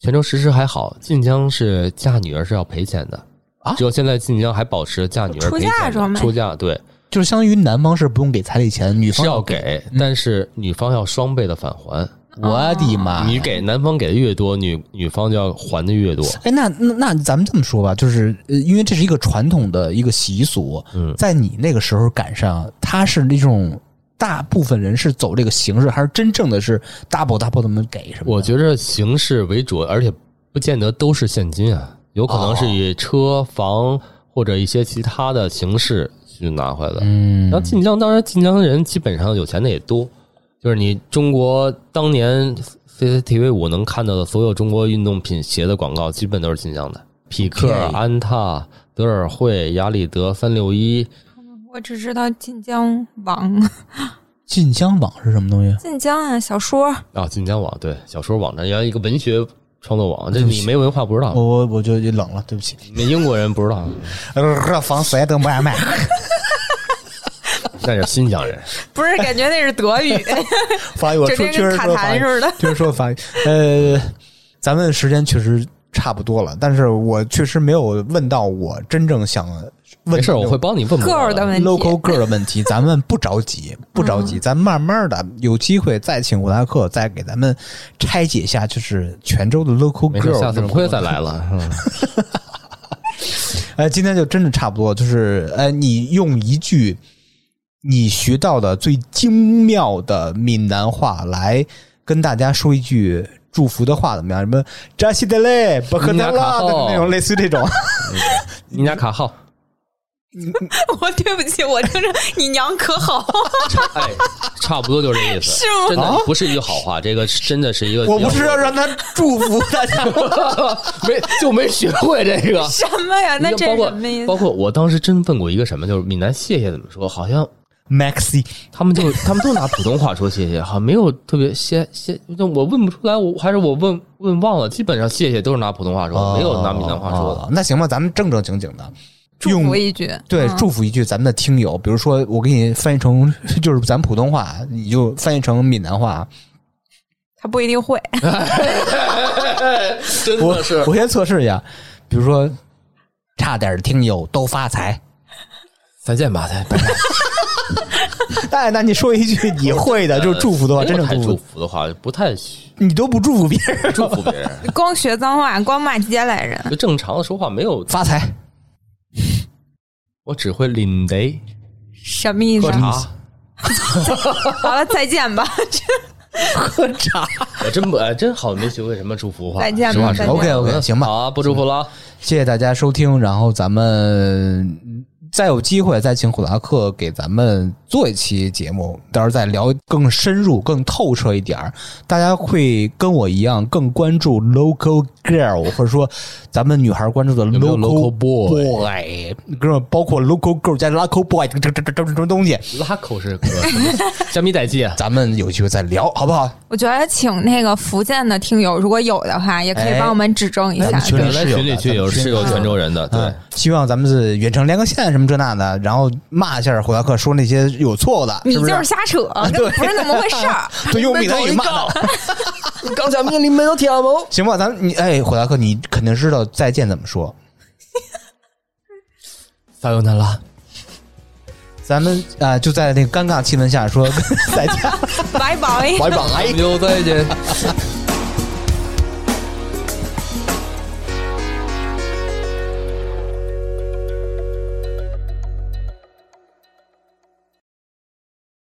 C: 泉州实施还好，晋江是嫁女儿是要赔钱的
A: 啊
C: 只有现在晋江还保持嫁女儿
B: 出
C: 赔
B: 嫁
C: 钱
B: 是吧
C: 的，
B: 没
C: 出嫁对
A: 就是相当于男方是不用给彩礼钱，女
C: 是
A: 方
C: 要
A: 给。
C: 给，但是女方要双倍的返还。
A: 嗯我的妈！
C: 你给男方给的越多，女女方就要还的越多。
A: 哎，那那那咱们这么说吧，就是呃因为这是一个传统的一个习俗，
C: 嗯
A: 在你那个时候赶上，他是那种大部分人是走这个形式，还是真正的是 double double 那么给什么的？
C: 我觉着形式为主，而且不见得都是现金啊，有可
A: 哦
C: 能是以车房或者一些其他的形式去拿回来的。
A: 嗯
C: 然后晋江，当然晋江人基本上有钱的也多，就是你中国当年 CCTV 五能看到的所有中国运动品鞋的广告，基本都是晋江的，匹克、
A: OK
C: 安踏、德尔惠、雅里德、三六一，
B: <laughs> 我只知道晋江网、
A: 晋江网是什么东西？
B: <laughs> 晋江啊，小说
C: 啊，晋江网对小说网站，原来一个文学创作网，这你没文化不
A: 我
C: 知道，
A: 我我就冷了，对不起。
C: 你们英国人不
A: <laughs>
C: 知道，
A: 呃，房谁都买卖，
C: 那是新疆人。
B: 不是感觉那是德
C: <laughs>
B: 语，
A: 法语我
B: 整
A: 确
B: 天
A: 确
B: 跟
A: 实
B: 卡
A: 说法
B: 痰
A: 语，
B: 似的。 <laughs>
A: 确实说法语。呃，咱们时间确实差不多了，但是我确实没有问到我真正想问
C: 没事，
A: 的
C: 我会帮你问问
B: girl 的问题嗯
A: local girl 的问
B: <laughs>
A: 题，咱们不着急，不着急，咱慢慢的有机会再请吴达克再给咱们拆解一下，就是泉州的 local
C: 没事，
A: girl
C: 下次
A: 这种
C: 不会再来了。嗯
A: 哎，今天就真的差不多，就是呃，你用一句呃你学到的最精妙的闽南话来跟大家说一句祝福的话，怎么样？什么扎西德勒、不可德拉的那种，类似于这
C: <laughs>
A: 种。
C: 你俩
A: <laughs>
C: 卡号，
B: 我对不起，我听着你娘可好，
C: 哎，差不多就是这意思。
B: 是吗
C: 真的
A: 啊
C: 不是一句好话，这个是真的是一个。
A: 我不是要让他祝福大
C: <laughs>
A: 家，
C: 没就没学会这个。
B: <laughs> 什么呀？ <laughs> 那
C: 你
B: 这
C: 看包
B: 是什
C: 括
B: 么意思
C: 包？括我当时真问过一个什么，就是闽南谢谢怎么说，好像
A: Maxi
C: 他们就 <laughs> 他们都拿普通话说谢谢，好像没有特别谢谢，就我问不出来，我还是我问问忘了，基本上谢谢都是拿普通话说，没有拿闽南话说
A: 哦
C: 的。
A: 那行吧，咱们正正经经的，
B: 祝福一句，
A: 对，
B: 嗯
A: 祝福一句咱们的听友，比如说我给你翻译成 <laughs> 就是咱普通话，你就翻译成闽南话。
B: 他不一定
C: <laughs>
B: 会。
C: 真
A: 我
C: 的是
A: 我先测试一下，比如说差点听友都发财。
C: 再见吧，再拜拜。
A: 哎，那你说一句你会
C: <laughs>
A: 的，就是祝福的话，真
C: 没有
A: 正
C: 哎太
A: 祝
C: 祝
A: 福，
C: 福的话，不太需
A: 你都不祝福别人，
C: 祝福
A: <laughs>
C: 别人，
B: 光学脏话，光骂街来人，
C: 就正常的说话没有。
A: 发财。
C: 我只会领得
B: 什么意思
C: 喝？茶，
B: <laughs> 好了，再见吧。 <laughs>
A: 喝茶。
C: 我真不哎，真好没学会什么祝福话。
B: 再见吧
C: 实话实
B: 再见
C: 说
A: OK OK，行
C: 好
A: 吧，
C: 啊，不祝福了啊。
A: 谢谢大家收听，然后咱们再有机会再请虎达克给咱们做一期节目，到时候再聊更深入、更透彻一点儿。大家会跟我一样更关注 local girl，或者说咱们女孩关注的
C: 没有 local boy
A: boy，跟着包括 local girl 加 local boy 这这这这这这种东西，
C: 拉口是哥，虾米代记啊。
A: 咱们有机会再聊，好不好？
B: 我觉得请那个福建的听友，如果有的话，也可以
A: 哎
B: 帮我们指正一下。
A: 哎群里
C: 原来
A: 是有
C: 群里
A: 的 <laughs>
C: 去
A: 啊咱们
C: 有
A: 群里
C: 是有
A: 是有
C: 泉州人的，对
A: 嗯，，希望咱们是远程连个线什么这那的，然后骂一下胡达克说那些有错误的，
B: 你
A: 是
B: 就
A: 不
B: 是瞎
A: <laughs>
B: 扯，根本不是那么回事儿。
A: 啊对 <laughs> 用闽南语骂的。刚才命令没有听不？行吧，咱们你哎，胡达克，你肯定知道再见怎么说。
C: 撒由那拉，
A: 咱们啊、就在那个尴尬气氛下说 <laughs> 再见，
C: 哎
B: 拜拜。
A: 哎拜拜。
C: 牛再见。